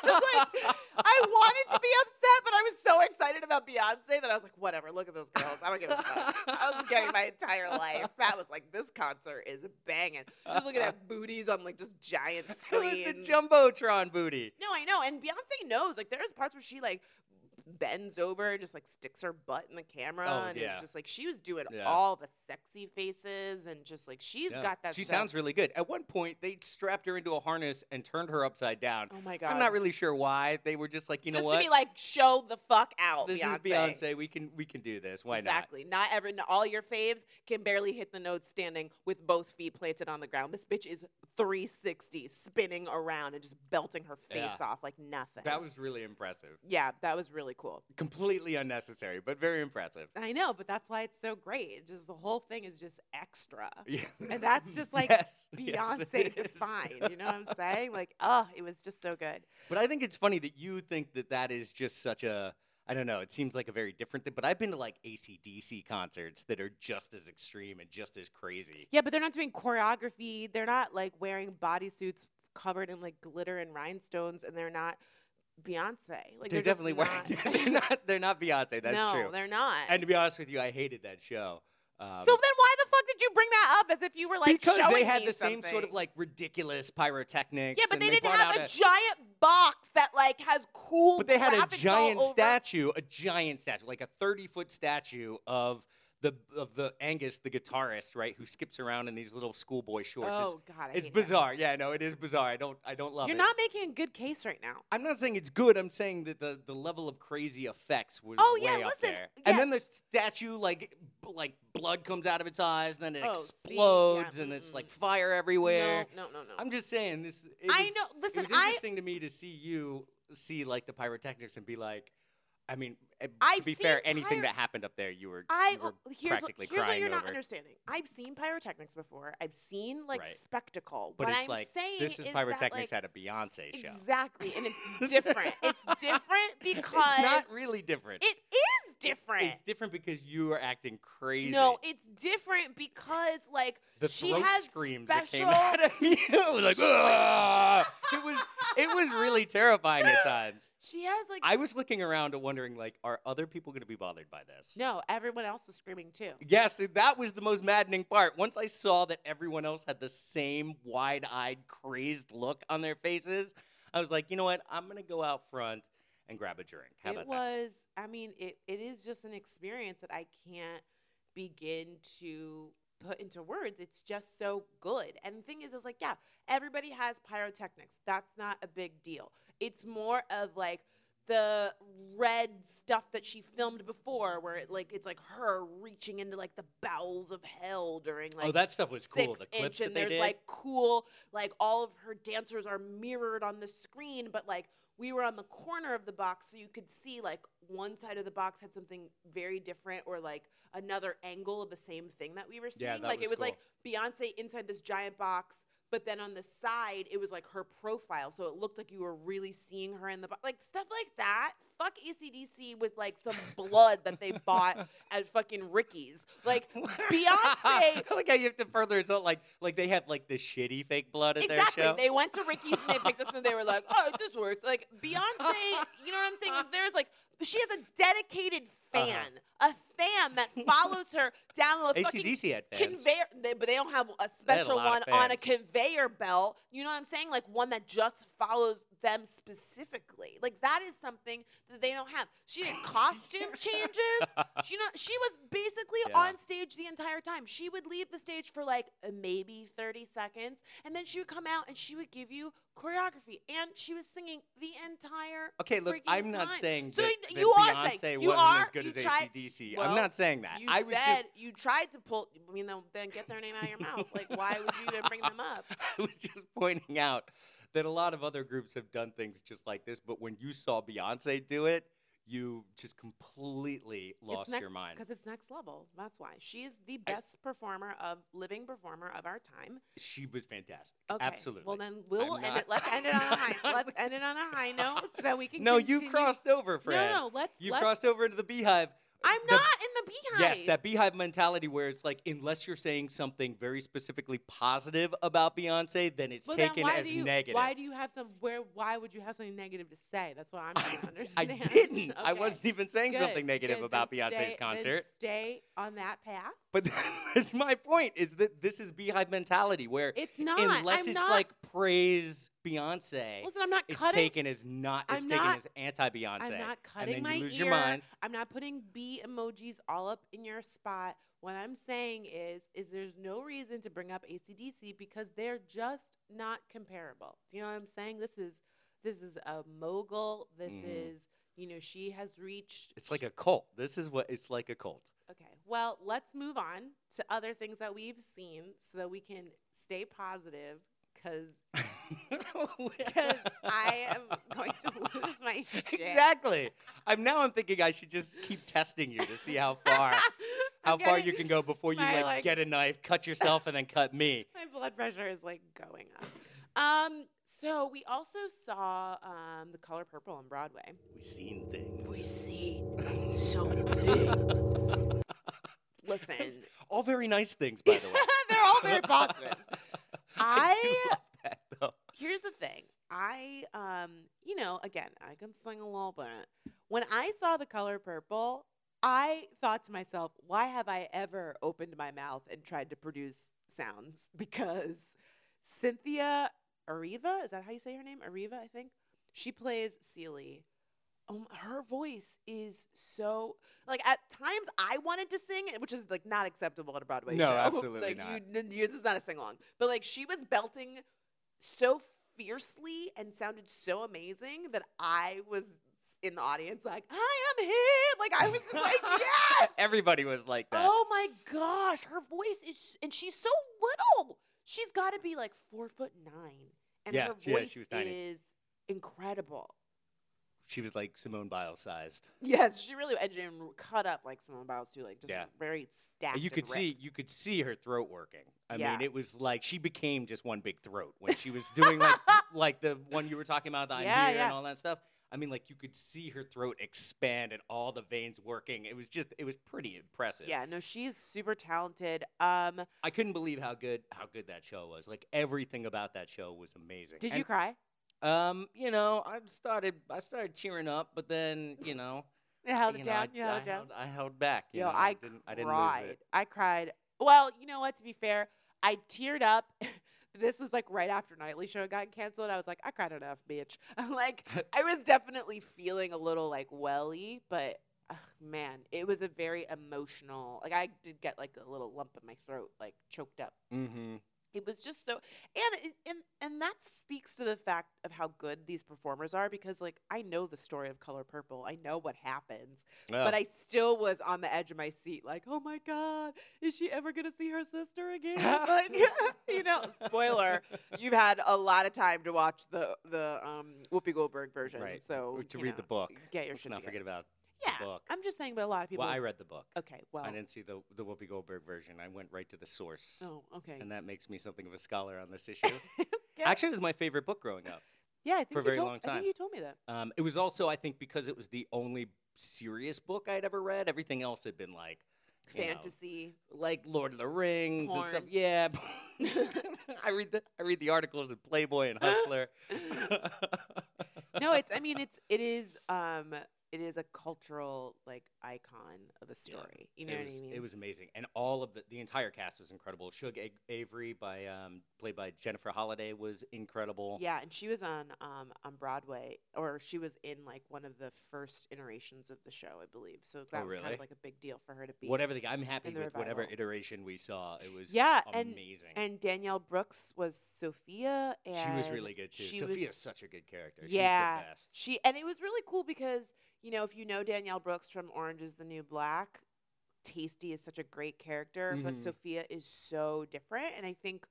S2: And I was [laughs] like, I was like, I wanted to be upset, but I was so excited about Beyonce that I was like, "Whatever, look at those girls.
S1: [laughs]
S2: I don't give a fuck." I was getting my entire life. Pat was like, "This concert is banging." Just
S1: [laughs]
S2: looking at booties on like just giant screens.
S1: the jumbotron booty.
S2: No, I know. And Beyonce knows. Like, there's parts where she, like, bends over and just, like, sticks her butt in the camera.
S1: Oh,
S2: and
S1: yeah.
S2: it's just like, she was doing
S1: Yeah.
S2: all the sexy faces and just, like, she's
S1: Yeah.
S2: got that
S1: She
S2: stuff.
S1: sounds really good. At one point, they strapped her into a harness and turned her upside down.
S2: Oh, my God.
S1: I'm not really sure why. They were just like, you know
S2: just
S1: what?
S2: to be like, show the fuck out,
S1: this
S2: Beyonce.
S1: is Beyonce. We can we can do this. Why not?
S2: exactly. Not every, not all your faves can barely hit the notes standing with both feet planted on the ground. This bitch is 360 spinning around and just belting her face
S1: Yeah.
S2: off like nothing.
S1: That was really impressive.
S2: yeah, that was really cool.
S1: Completely unnecessary, but very impressive.
S2: I know, but that's why it's so great. It's just the whole thing is just [laughs] extra.
S1: Yeah.
S2: And that's just like
S1: Yes, [laughs] yes,
S2: Beyonce
S1: it is.
S2: defined. You know what I'm saying? Like, oh, it was just so good.
S1: But I think it's funny that you think that that is just such a. I don't know. It seems like a very different thing. But I've been to like ACDC concerts that are just as extreme and just as crazy.
S2: Yeah, but they're not doing choreography. They're not like wearing bodysuits covered in like glitter and rhinestones, and they're not Beyonce. Like
S1: they're,
S2: just
S1: definitely
S2: [laughs] not,
S1: wearing. [laughs] they're not. They're not Beyonce. That's
S2: no,
S1: true.
S2: they're not.
S1: And to be honest with you, I hated that show. Um,
S2: so then why the fuck did you bring that up as if you were like
S1: because they
S2: showing
S1: had
S2: me
S1: the same sort of
S2: something?
S1: like ridiculous pyrotechnics.
S2: Yeah, but
S1: and
S2: they, didn't
S1: brought
S2: have
S1: out
S2: a, giant box that like has cool.
S1: But they had a
S2: graphics all
S1: giant
S2: over-
S1: statue, a giant statue, like a 30 foot statue of the of the Angus, the guitarist, right, who skips around in these little schoolboy shorts. It's-
S2: Oh god, I
S1: it's,
S2: hate that.
S1: bizarre. Yeah, no, it is bizarre. I don't I don't love
S2: You're
S1: it.
S2: not making a good case right now.
S1: I'm not saying it's good. I'm saying that the, the level of crazy effects was
S2: Oh,
S1: way
S2: yeah,
S1: up
S2: listen,
S1: there. And then the
S2: yes.
S1: statue like b- like blood comes out of its eyes, and then it
S2: Oh, see, yeah,
S1: explodes, and it's
S2: mm-mm.
S1: like fire everywhere.
S2: No, no, no, no.
S1: I'm just saying this. It
S2: I
S1: was-
S2: know. Listen,
S1: it was
S2: I
S1: interesting to me to see you see like the pyrotechnics and be like, I mean, eh, to
S2: I've
S1: be fair,
S2: seen
S1: anything
S2: pyro-
S1: that happened up there, you were,
S2: I
S1: you were
S2: here's what,
S1: practically
S2: here's what
S1: crying
S2: you're not
S1: over.
S2: understanding. I've seen pyrotechnics before. I've seen like
S1: Right.
S2: spectacle.
S1: but
S2: what
S1: it's
S2: I'm
S1: like
S2: saying
S1: this is,
S2: that,
S1: pyrotechnics
S2: like,
S1: at a Beyonce show.
S2: Exactly, and it's different. it's different because
S1: [laughs] it's not really different.
S2: it is different.
S1: It's different because you are acting crazy.
S2: no, it's different because like
S1: the
S2: she
S1: throat
S2: has
S1: screams that
S2: special.
S1: came out of [laughs] you, like "Ah!" it was, it was really terrifying
S2: [laughs]
S1: at times.
S2: [laughs] She has like
S1: I
S2: s-
S1: was looking around and wondering, like, are other people going to be bothered by this?
S2: no. Everyone else was screaming too.
S1: Yes, that was the most maddening part. Once I saw that everyone else had the same wide eyed, crazed look on their faces, I was like, you know what? I'm going to go out front and grab a drink. How
S2: it
S1: about that?
S2: was. I mean, it, it is just an experience that I can't begin to put into words. It's just so good. And the thing is, is like, yeah, everybody has pyrotechnics. That's not a big deal. It's more of like the red stuff that she filmed before, where it like it's like her reaching into like the bowels of hell during like
S1: Oh, that stuff was cool,
S2: six
S1: the clips
S2: inch,
S1: that
S2: and
S1: they
S2: there's
S1: did.
S2: like cool like all of her dancers are mirrored on the screen, but like we were on the corner of the box so you could see like one side of the box had something very different or like another angle of the same thing that we were seeing
S1: Yeah, that
S2: like it
S1: was
S2: was like beyonce inside this giant box but then on the side it was like her profile so it looked like you were really seeing her in the box like stuff like that fuck acdc with like
S1: [laughs]
S2: some blood that they bought at fucking ricky's like
S1: [laughs] I
S2: Beyonce-
S1: like how you have to further insult, like, like they have like the shitty fake blood at
S2: Exactly.
S1: their show.
S2: They went to Ricky's and they picked us and they
S1: [laughs]
S2: were like, "Oh, this works." Like Beyonce, you know what I'm saying? If there's like, she has a dedicated
S1: Uh-huh. E
S2: fan, a fan that follows her down a fucking
S1: ACDC had fans.
S2: conveyor. They, but they don't have a special
S1: lot
S2: one
S1: of
S2: on a
S1: fans.
S2: conveyor belt. You know what I'm saying? Like one that just follows them specifically. Like that is something that they don't have. She did costume
S1: [laughs]
S2: changes. She know she was basically
S1: Yeah.
S2: on stage the entire time. She would leave the stage for like uh, maybe 30 seconds, and then she would come out and she would give you choreography, and she was singing the entire.
S1: Okay, look,
S2: freaking
S1: I'm not
S2: time.
S1: saying
S2: So
S1: that,
S2: y-
S1: that
S2: you are
S1: Beyonce
S2: saying- you
S1: wasn't as
S2: are-
S1: good
S2: you
S1: as
S2: tried-
S1: ACDC. I'm
S2: Well,
S1: not saying that.
S2: You
S1: I was
S2: said
S1: just
S2: you tried to pull, you know, then get their name out of your mouth. Like, why would you even bring them up?
S1: [laughs] I was just pointing out that a lot of other groups have done things just like this, but when you saw Beyonce do it, you just completely lost
S2: next,
S1: your mind.
S2: Because it's next level. That's why. She is the best performer of living performer of our time.
S1: She was fantastic.
S2: Okay.
S1: Absolutely.
S2: Well then we'll
S1: I'm
S2: end
S1: not-
S2: it. Let's end it on
S1: [laughs]
S2: a high let's end it on a high note so that we can
S1: no, you
S2: continue.
S1: crossed over,
S2: No,
S1: Fran.
S2: no, let's
S1: you
S2: let's
S1: crossed over into the beehive.
S2: I'm
S1: the-
S2: not in the beehive.
S1: Yes, that beehive mentality where it's like, unless you're saying something very specifically positive about Beyonce, then it's
S2: Well, then
S1: taken
S2: why
S1: as
S2: do you,
S1: negative.
S2: Why do you have some where why would you have something negative to say? That's what I'm trying to
S1: [laughs]
S2: understand. [laughs]
S1: I didn't. I
S2: Okay.
S1: wasn't even saying
S2: Good,
S1: something negative
S2: good.
S1: about
S2: Then
S1: Beyonce's
S2: stay- then
S1: concert.
S2: Stay on that path.
S1: But [laughs] that's my point is that this is beehive mentality where
S2: It's not.
S1: unless
S2: I'm
S1: it's
S2: not,
S1: like praise Beyonce,
S2: listen, I'm not
S1: it's
S2: cutting
S1: taken as not it's
S2: I'm
S1: taken
S2: not-
S1: as anti Beyonce.
S2: I'm not
S1: and then
S2: cutting my
S1: you lose
S2: ear.
S1: your mind.
S2: I'm not putting B emojis all up in your spot. What I'm saying is, is there's no reason to bring up ACDC because they're just not comparable. Do you know what I'm saying? This is, this is a mogul. This
S1: Mhm.
S2: is, you know, she has reached.
S1: It's like a cult. This is what it's like a cult.
S2: Okay. Well, let's move on to other things that we've seen so that we can stay positive because because I
S1: [laughs]
S2: am going to lose my shit.
S1: Exactly. I'm now I'm thinking I should just keep testing you to see how
S2: [laughs]
S1: far how
S2: I'm
S1: far you
S2: getting-
S1: can go before you
S2: my,
S1: like,
S2: like-
S1: get a knife, cut yourself and then cut me.
S2: My blood pressure is like going up. Um, so we also saw um, the color purple on Broadway.
S1: We've seen things. [laughs]
S2: seen some things. Listen,
S1: All
S2: [laughs]
S1: very nice things, by the way.
S2: they're all very positive.
S1: [laughs] I, do
S2: I
S1: love that, though.
S2: here's the thing. I, um, you know, again, I can sing a little bit. When I saw the color purple, I thought to myself, why have I ever opened my mouth and tried to produce sounds? [laughs] Because Cynthia Arriva, is that how you say her name? Arriva, I think. She plays Seely. Um, her voice is so like at times I wanted to sing, which is like not acceptable at a Broadway
S1: No,
S2: show. [laughs]
S1: absolutely
S2: like,
S1: not.
S2: You, n- you, this is not a sing along, but like she was belting so fiercely and sounded so amazing that I was in the audience like I am here. Like I was just like
S1: [laughs]
S2: yes.
S1: Everybody was like that.
S2: Oh my gosh, her voice is, and she's so little. She's got to be like four foot nine, and
S1: Yeah,
S2: her
S1: she- yeah,
S2: voice
S1: she was tiny.
S2: is incredible.
S1: She was like Simone Biles sized.
S2: Yes, she really and, and cut up like Simone Biles too, like just
S1: Yeah.
S2: very stacked.
S1: You
S2: and
S1: could see
S2: ripped.
S1: you could see her throat working. I
S2: Yeah.
S1: mean, it was like she became just one big throat when she was doing
S2: [laughs]
S1: like like the one you were talking about, the I'm
S2: Yeah,
S1: here
S2: yeah.
S1: and all that stuff. I mean, like you could see her throat expand and all the veins working. It was just it was pretty impressive.
S2: Yeah, no, she's super talented. Um,
S1: I couldn't believe how good how good that show was. Like everything about that show was amazing.
S2: did
S1: And,
S2: you cry?
S1: Um, you know, I started I started tearing up, but then you know,
S2: You held
S1: you
S2: it
S1: know,
S2: down.
S1: I,
S2: you held
S1: I
S2: it down.
S1: held I held back. You
S2: Yo,
S1: know,
S2: I,
S1: didn't
S2: cried.
S1: I didn't lose it.
S2: I cried. Well, you know what? To be fair, I teared up. [laughs] this was like right after Nightly Show got canceled. I was like, I cried enough, bitch. [laughs]
S1: [laughs]
S2: I'm like, I was definitely feeling a little like welly, but ugh, man, it was a very emotional. Like I did get like a little lump in my throat, like choked up.
S1: Mm-hmm.
S2: It was just so, and it- and and that speaks to the fact of how good these performers are because like I know the story of Color Purple. I know what happens but I still was on the edge of my seat, like, oh my god, is she ever gonna see her sister [laughs]
S1: [laughs]
S2: again? like, you know, spoiler, you've had a lot of time to watch the the um, Whoopi Goldberg version,
S1: Right.
S2: so
S1: [laughs] Or to
S2: you
S1: read the
S2: know,
S1: book.
S2: get your
S1: Let's
S2: shit
S1: not
S2: together.
S1: forget about
S2: yeah,
S1: the book.
S2: I'm just saying, but a lot of people.
S1: well, I read the book.
S2: okay, well,
S1: I didn't see the the Whoopi Goldberg version. I went right to the source,
S2: oh, okay,
S1: and that makes me something of a scholar on this issue.
S2: [laughs] Yeah.
S1: Actually, it was my favorite book growing up.
S2: yeah, I think
S1: for a
S2: you
S1: very
S2: told,
S1: long
S2: I
S1: time.
S2: think you told me that.
S1: Um, it was also, I think, because it was the only serious book I'd ever read. Everything else had been like You know.
S2: Fantasy.
S1: like Lord of the Rings and stuff.
S2: Porn. [laughs]
S1: Yeah, [laughs] I read the I read the articles in Playboy and Hustler.
S2: no, it's. I mean, it's. It is. Um, it is a cultural like icon of a story. [laughs] You
S1: [laughs]
S2: know
S1: it
S2: what
S1: was,
S2: I mean?
S1: It was amazing, and all of the the entire cast was incredible. Shug A- Avery, by um, played by Jennifer Holliday, was incredible.
S2: Yeah, and she was on um on Broadway, or she was in like one of the first iterations of the show, I believe. So that was kind
S1: Oh, really?
S2: of like a big deal for her to be.
S1: Whatever the I'm happy
S2: And the
S1: with whatever
S2: revival.
S1: iteration we saw. It was
S2: Yeah, and-
S1: amazing.
S2: And Danielle Brooks was Sophia, and
S1: she was really good too.
S2: she
S1: Sophia's
S2: was-
S1: such a good character.
S2: Yeah,
S1: She's the best.
S2: She and it was really cool because you know if you know Danielle Brooks from Orange Is the New Black, Tasty is such a great character, but
S1: Mhm.
S2: Sophia is so different, and I think.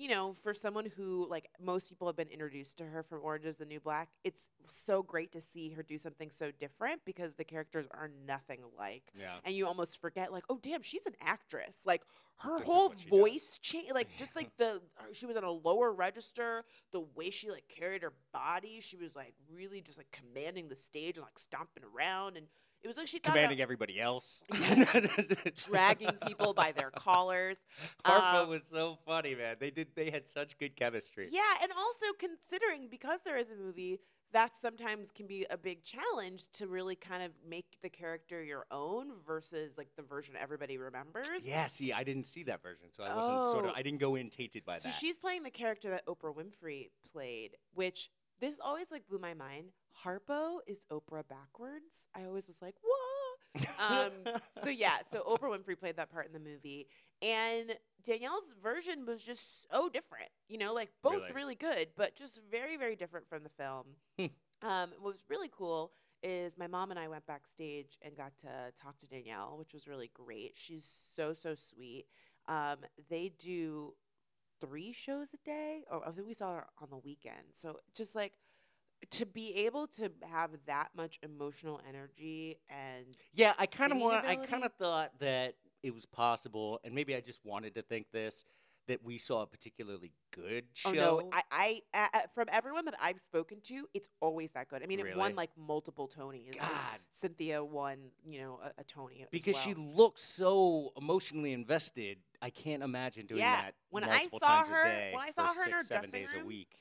S2: You know, for someone who like most people have been introduced to her from Orange is the New Black, it's so great to see her do something so different because the characters are nothing alike.
S1: Yeah.
S2: and you almost forget like oh damn she's an actress like her
S1: This is
S2: whole
S1: what she does.
S2: voice changed like just like the her- she was on a lower register the way she like carried her body she was like really just like commanding the stage and like stomping around and it was like she thought
S1: Commanding
S2: about
S1: everybody else. [laughs]
S2: dragging people by their collars
S1: Harpo
S2: Um,
S1: was so funny, man. They did. They had such good chemistry.
S2: yeah and also considering because there is a movie that sometimes can be a big challenge to really kind of make the character your own versus like the version everybody remembers
S1: Yeah, see, I didn't see that version, so I wasn't sort of.
S2: Oh.
S1: I didn't go in tainted by
S2: so
S1: that. [laughs]
S2: she's playing the character that Oprah Winfrey played, which this always like blew my mind. Harpo is Oprah backwards. I always was like, whoa. Um, so yeah, so Oprah Winfrey played that part in the movie, and Danielle's version was just so different. You know, like both
S1: Really?
S2: really, good, but just very very different from the film. um, what was really cool is my mom and I went backstage and got to talk to Danielle, which was really great. She's so so sweet. Um, they do three shows a day, or I think we saw her on the weekend. So just like to be able to have that much emotional energy and
S1: [laughs] yeah, I kind of
S2: singing
S1: want. I
S2: ability?
S1: kind of thought that it was possible, and maybe I just wanted to think this that we saw a particularly good show.
S2: oh no, I, I uh, from everyone that I've spoken to, it's always that good. I mean, it
S1: Really?
S2: won like multiple Tonys. and
S1: God.
S2: Cynthia won, you know, a, a Tony as
S1: because she
S2: well.
S1: looked so emotionally invested. I can't imagine doing
S2: Yeah,
S1: that
S2: when I
S1: multiple
S2: saw
S1: times
S2: her-
S1: a day
S2: when I
S1: for
S2: saw her in
S1: six,
S2: her
S1: seven
S2: dressing
S1: days
S2: room,
S1: a week.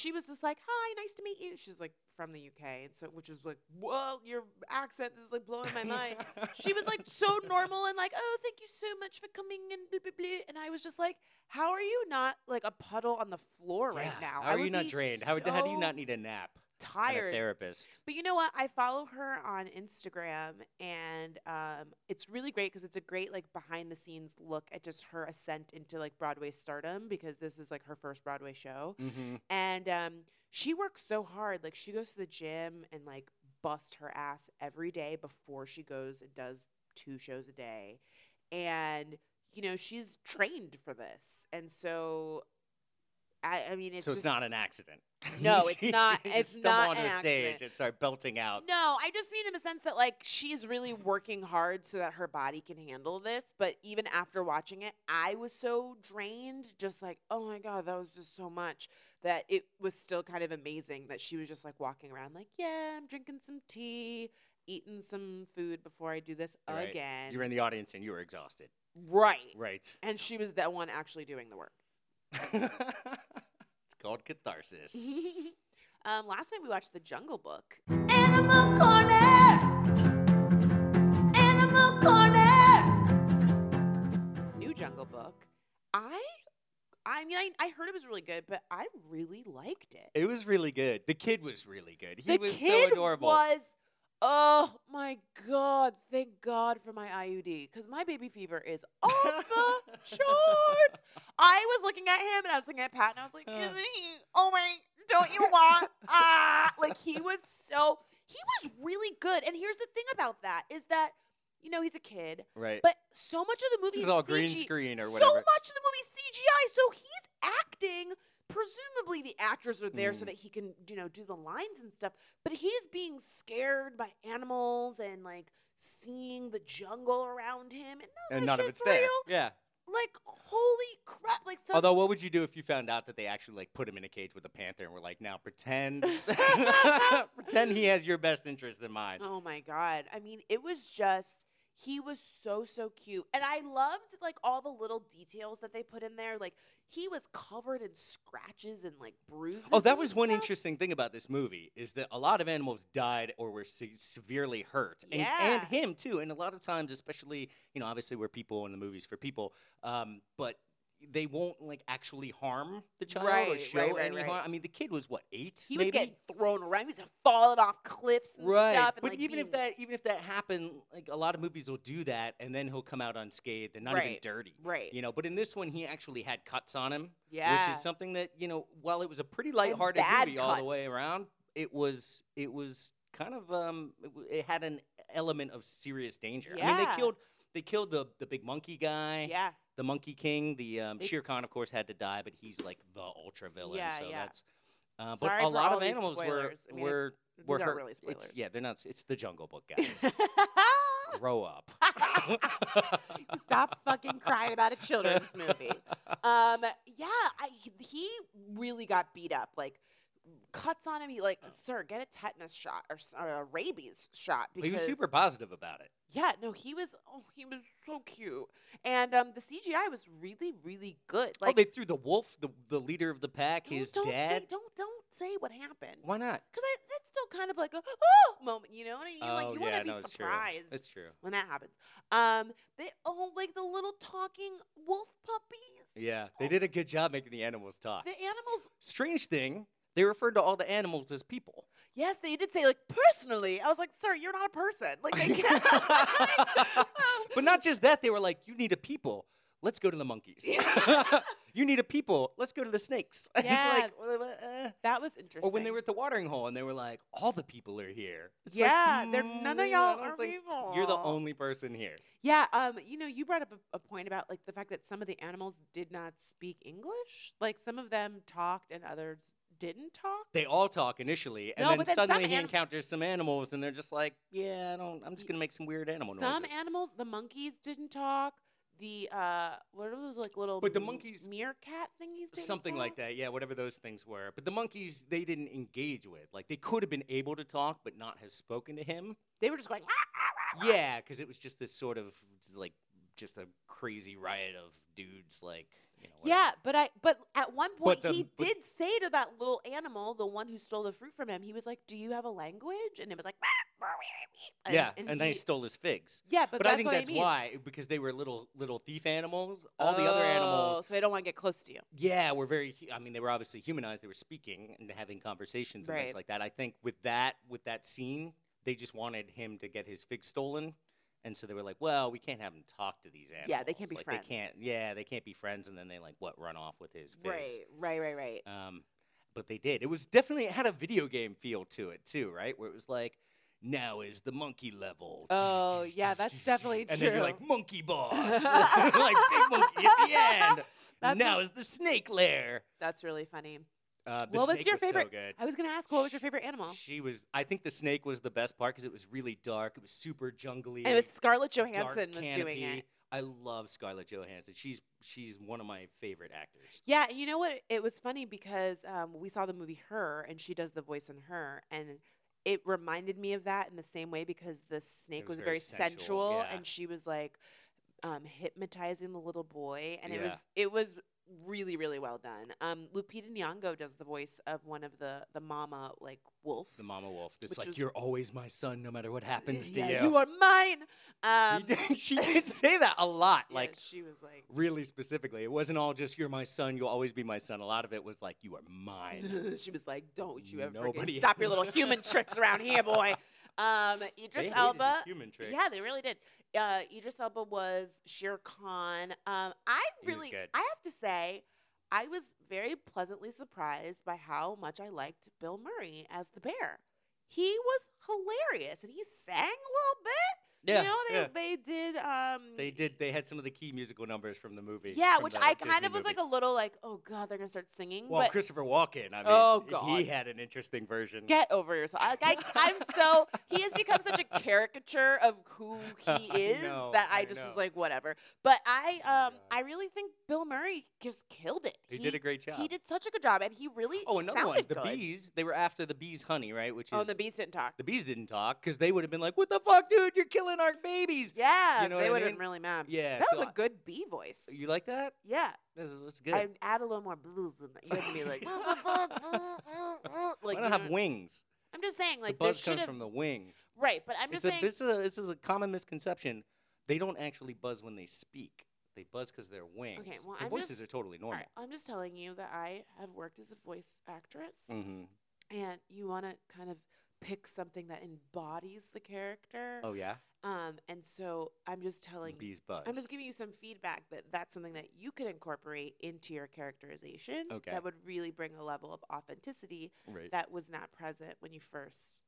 S2: she was just like, "Hi, nice to meet you." She's like from the UK, and so which is like, "Well, your accent is like blowing
S1: [laughs]
S2: my mind." she was like so normal and like, "Oh, thank you so much for coming," and blah blah blah. And I was just like, "How are you not like a puddle on the floor right
S1: Yeah.
S2: now?
S1: How
S2: I
S1: are you
S2: would
S1: not
S2: be
S1: drained? How, how do you
S2: so
S1: not need a nap? and a
S2: tired?"
S1: therapist.
S2: But you know what? I follow her on Instagram, and um, it's really great because it's a great like behind the scenes look at just her ascent into like Broadway stardom because this is like her first
S1: [laughs]
S2: Broadway show,
S1: Mm-hmm.
S2: and um, she works so hard. Like she goes to the gym and like busts her ass every day before she goes and does two shows a day, and you know she's trained for this, and so. I, I mean, it's
S1: so
S2: just,
S1: it's not an [laughs] accident.
S2: No, it's
S1: She
S2: not-
S1: just
S2: it's
S1: stumble
S2: not
S1: onto
S2: an
S1: the stage
S2: accident.
S1: and start belting out.
S2: No, I just mean in the sense that like she's really working hard so that her body can handle this. But even after watching it, I was so drained, just like, oh my God, that was just so much that it was still kind of amazing that she was just like walking around like, yeah, I'm drinking some tea, eating some food before I do this
S1: Right.
S2: again.
S1: You were in the audience and you were exhausted.
S2: right.
S1: Right. [laughs]
S2: And she was the one actually doing the work.
S1: it's called catharsis.
S2: [laughs] Mm-hmm. um, last night we watched The Jungle Book.
S5: Animal Corner! Animal Corner!
S2: new Jungle Book. I, I mean, I, I heard it was really good, but I really liked it.
S1: It was really good. The kid was really good. He
S2: the
S1: was
S2: kid
S1: so adorable. [laughs]
S2: was. Oh my God! Thank God for my IUD because my baby fever
S1: [laughs]
S2: is off the charts. I was looking at him and I was looking at Pat and I was like,
S1: Uh.
S2: "Is he? Oh my! Don't you want?
S1: [laughs]
S2: Ah! Like he was so. He was really good. And here's the thing about that is that, you know, he's a kid,
S1: right.
S2: but so much of the movie
S1: it was
S2: is
S1: all
S2: CG.
S1: green screen or
S2: So
S1: whatever.
S2: much of the movie CGI. So he's acting. Presumably the actors are there so
S1: Mm.
S2: that he can, you know, do the lines and stuff. But he's being scared by animals and like seeing the jungle around him, and none of,
S1: and
S2: that
S1: none of
S2: shit's
S1: it's there.
S2: real.
S1: Yeah.
S2: Like holy crap! Like some
S1: Although, what would you do if you found out that they actually like put him in a cage with a panther and were like, "Now
S2: [laughs]
S1: pretend, [laughs] pretend he has your best interest in mind."
S2: Oh my god. I mean, it was just he was so so cute. And I loved like all the little details that they put in there. Like he was covered in scratches and like bruises.
S1: Oh, that
S2: and
S1: was one
S2: stuff.
S1: interesting thing about this movie is that a lot of animals died or were se- severely hurt, and, and
S2: Yeah.
S1: him too. And a lot of times, especially you know, obviously we're people in the movies for people, um, but they won't like actually harm the child
S2: Right,
S1: or
S2: right,
S1: show
S2: right,
S1: any
S2: right.
S1: harm. I mean, the kid was what eight?
S2: He was
S1: maybe?
S2: getting thrown around. He was falling off cliffs and
S1: right.
S2: stuff. And,
S1: but
S2: like,
S1: even if
S2: being-
S1: that even if that happened, like a lot of movies will do that, and then he'll come out unscathed and not even
S2: Right.
S1: dirty.
S2: Right.
S1: You know, but in this one, he actually had cuts on him,
S2: yeah.
S1: which is something that you know, while it was a pretty lighthearted
S2: bad
S1: movie all the way
S2: cuts.
S1: around, it was it was kind of um, it, w- it had an element of serious danger. I mean, they
S2: Yeah.
S1: killed they killed the the big monkey guy,
S2: yeah.
S1: the monkey king. The um,
S2: They-
S1: Shere Khan, of course, had to die, but he's like the ultra villain.
S2: Yeah,
S1: so
S2: yeah.
S1: that's. Uh, but
S2: Sorry
S1: a
S2: for
S1: lot
S2: all
S1: of
S2: these
S1: animals were
S2: spoilers. I mean, it-
S1: were
S2: These
S1: were
S2: aren't
S1: hurt.
S2: really spoilers. [laughs]
S1: It's, yeah, they're not. It's the Jungle Book, guys. Grow up.
S2: [laughs] Stop fucking crying about a children's movie. Um, yeah, I, he really got beat up. Like, cuts on him. He like, sir, get a tetanus shot or, s- or a rabies shot
S1: But
S2: because
S1: he was super positive about it.
S2: Yeah, no, he was. Oh, he was so cute, and um, the CGI was really, really good.
S1: oh,
S2: Like,
S1: they threw the wolf, the the leader of the pack,
S2: no,
S1: his
S2: don't
S1: dad.
S2: say, don't don't say what happened.
S1: Why not?
S2: Because that's still kind of like a oh moment, you know what I mean? like you
S1: Oh, yeah,
S2: want to
S1: no,
S2: be
S1: it's true.
S2: surprised
S1: It's true.
S2: when that happens. Um, they oh like the little talking wolf puppies.
S1: Yeah, they
S2: Oh.
S1: did a good job making the animals talk.
S2: The animals.
S1: Strange thing, they referred to all the animals as people.
S2: Yes, they did say like personally. I was like, sir, you're not a person. Like,
S1: [laughs]
S2: I can't.
S1: But not just that, they were like, "You need a people. Let's go to the monkeys. [laughs] you need a people. Let's go to the snakes." [laughs] It's
S2: Yeah.
S1: like, "Well, uh,
S2: that was interesting.
S1: Or when they were at the watering hole and they were like, all the people are here. It's like,
S2: yeah, they're none of
S1: "Mm, I
S2: y'all
S1: don't
S2: are
S1: think
S2: people.
S1: You're the only person here.
S2: Yeah, um, you know, you brought up a, a point about like the fact that some of the animals did not speak English. Like some of them talked and others didn't talk.
S1: They all talk initially, and
S2: No,
S1: then
S2: but then some
S1: suddenly he
S2: anim-
S1: encounters some animals, and they're just like, "Yeah, I don't. I'm just gonna make some weird animal
S2: some
S1: noises."
S2: animals, the monkeys didn't talk. The uh, what are those like little?
S1: But the
S2: m-
S1: monkeys-
S2: meerkat thingies. didn't
S1: Something like
S2: talk?
S1: that, yeah. Whatever those things were, but the monkeys they didn't engage with. Like they could have been able to talk, but not have spoken to him.
S2: They were just
S1: Oh,
S2: going. "Ah!"
S1: Yeah, because it was just this sort of like just a crazy riot of dudes like you know, whatever.
S2: Yeah, but I but at one point
S1: the-
S2: he
S1: but-
S2: did say to that little animal, the one who stole the fruit from him, he was like, "Do you have a language?" And it was [laughs] like, "Ah,
S1: Yeah, and, they
S2: he-
S1: stole his figs.
S2: yeah, but,
S1: But, I think
S2: what
S1: that's
S2: mean.
S1: why, because they were little little thief animals. All the other
S2: Oh,
S1: animals,
S2: So I don't want to get close to you.
S1: yeah, were very. hu- I mean, they were obviously humanized. They were speaking and having conversations and
S2: Right.
S1: things like that. I think with that with that scene, they just wanted him to get his figs stolen, and so they were like, "Well, we can't have him talk to these animals.
S2: Yeah, they can't be
S1: like,
S2: friends.
S1: They can't. Yeah, they can't be friends." And then they like what run off with his figs.
S2: right, right, right.
S1: Um, but they did. It was definitely it had a video game feel to it too, right? Where it was like, now is the monkey level.
S2: Oh, yeah, that's definitely
S1: And then you're like
S2: true.
S1: monkey
S2: [laughs]
S1: boss, [laughs] like big monkey at the end.
S2: That's
S1: now
S2: what-
S1: is the snake lair.
S2: That's really funny.
S1: Uh, the
S2: What was
S1: snake
S2: your
S1: so
S2: favorite-
S1: good.
S2: I was gonna ask, what was your favorite animal?
S1: She was. I think the snake was the best part because it was really dark. It was super jungly.
S2: And it was Scarlett
S1: dark
S2: Johansson was doing
S1: canopy.
S2: it.
S1: I love Scarlett Johansson. She's she's one of my favorite actors.
S2: Yeah, and you know what? It was funny because um, we saw the movie Her, and she does the voice in Her, and it reminded me of that in the same way because the snake
S1: was
S2: was,
S1: very
S2: very
S1: sensual,
S2: sensual,
S1: yeah.
S2: and she was like um, hypnotizing the little boy, and it
S1: Yeah.
S2: was it was really really well done. Um, Lupita Nyong'o does the voice of one of the the mama like wolf.
S1: The
S2: [laughs]
S1: Mama Wolf. It's
S2: Which
S1: like
S2: was-
S1: you're always my son, no matter what happens to
S2: yeah,
S1: you.
S2: are mine. Um,
S1: He did- [laughs]
S2: [laughs]
S1: she did say that a lot,
S2: yeah,
S1: like
S2: she was like.
S1: really specifically. It wasn't all just "you're my son, you'll always be my son." A lot of it was like "you are mine."
S2: she was like, [laughs] "Don't you ever freaking
S1: Nobody-
S2: stop
S1: [laughs]
S2: your little human tricks around here, boy." Um,
S1: They
S2: Idris
S1: hated
S2: Elba.
S1: his human tricks.
S2: Yeah, they really did. Uh, Idris Elba was Shere Khan. Um, I
S1: He was
S2: really,
S1: good.
S2: I have to say, I was very pleasantly surprised by how much I liked Bill Murray as the bear. He was hilarious, and he sang a little bit.
S1: Yeah,
S2: you know they
S1: yeah.
S2: they did. Um,
S1: They did. They had some of the key musical numbers from the movie.
S2: Yeah,
S1: from
S2: which
S1: the
S2: I kind
S1: Disney
S2: of was
S1: movie.
S2: like a little like, oh god, they're gonna start singing.
S1: Well,
S2: but
S1: Christopher Walken. I mean,
S2: Oh,
S1: he
S2: God.
S1: had an interesting version.
S2: get over yourself. I, I, I'm so he has become such a caricature of
S1: [laughs]
S2: who
S1: I
S2: he is
S1: know,
S2: that I,
S1: I
S2: just
S1: know.
S2: was like, whatever. But I,
S1: Oh my
S2: um,
S1: God.
S2: I really think Bill Murray just killed it.
S1: he, did a great job.
S2: He did such a good job, and he really
S1: Oh, another one.
S2: sounded
S1: The
S2: good.
S1: bees. They were after the bees' honey, right? Which is
S2: Oh, and the bees didn't talk.
S1: the bees didn't talk because they would have been like, "What the fuck, dude? You're killing our babies."
S2: Yeah,
S1: You know what I
S2: they would have
S1: mean?
S2: been really mad.
S1: Yeah,
S2: that
S1: so
S2: was a
S1: I-
S2: good bee voice.
S1: You like that?
S2: yeah,
S1: That's, that's good.
S2: I add a little more blues in that. You had to
S1: [laughs]
S2: be like, like
S1: I
S2: you
S1: don't have
S2: know-
S1: wings.
S2: I'm just saying, like,
S1: the
S2: there
S1: buzz
S2: should
S1: comes
S2: have
S1: from the wings.
S2: right, but I'm
S1: It's
S2: just
S1: a,
S2: saying,
S1: this, is a, this is a common misconception. They don't actually buzz when they speak. They buzz because they're wings.
S2: well,
S1: Their
S2: I'm
S1: voices
S2: just-
S1: are totally
S2: all
S1: normal.
S2: right, I'm just telling you that I have worked as a voice actress.
S1: hmm
S2: and you want to kind of pick something that embodies the character.
S1: Oh yeah,
S2: Um, and so I'm just telling
S1: bees buzz.
S2: I'm just giving you some feedback that that's something that you could incorporate into your characterization
S1: Okay.
S2: that would really bring a level of authenticity
S1: right.
S2: that was not present when you first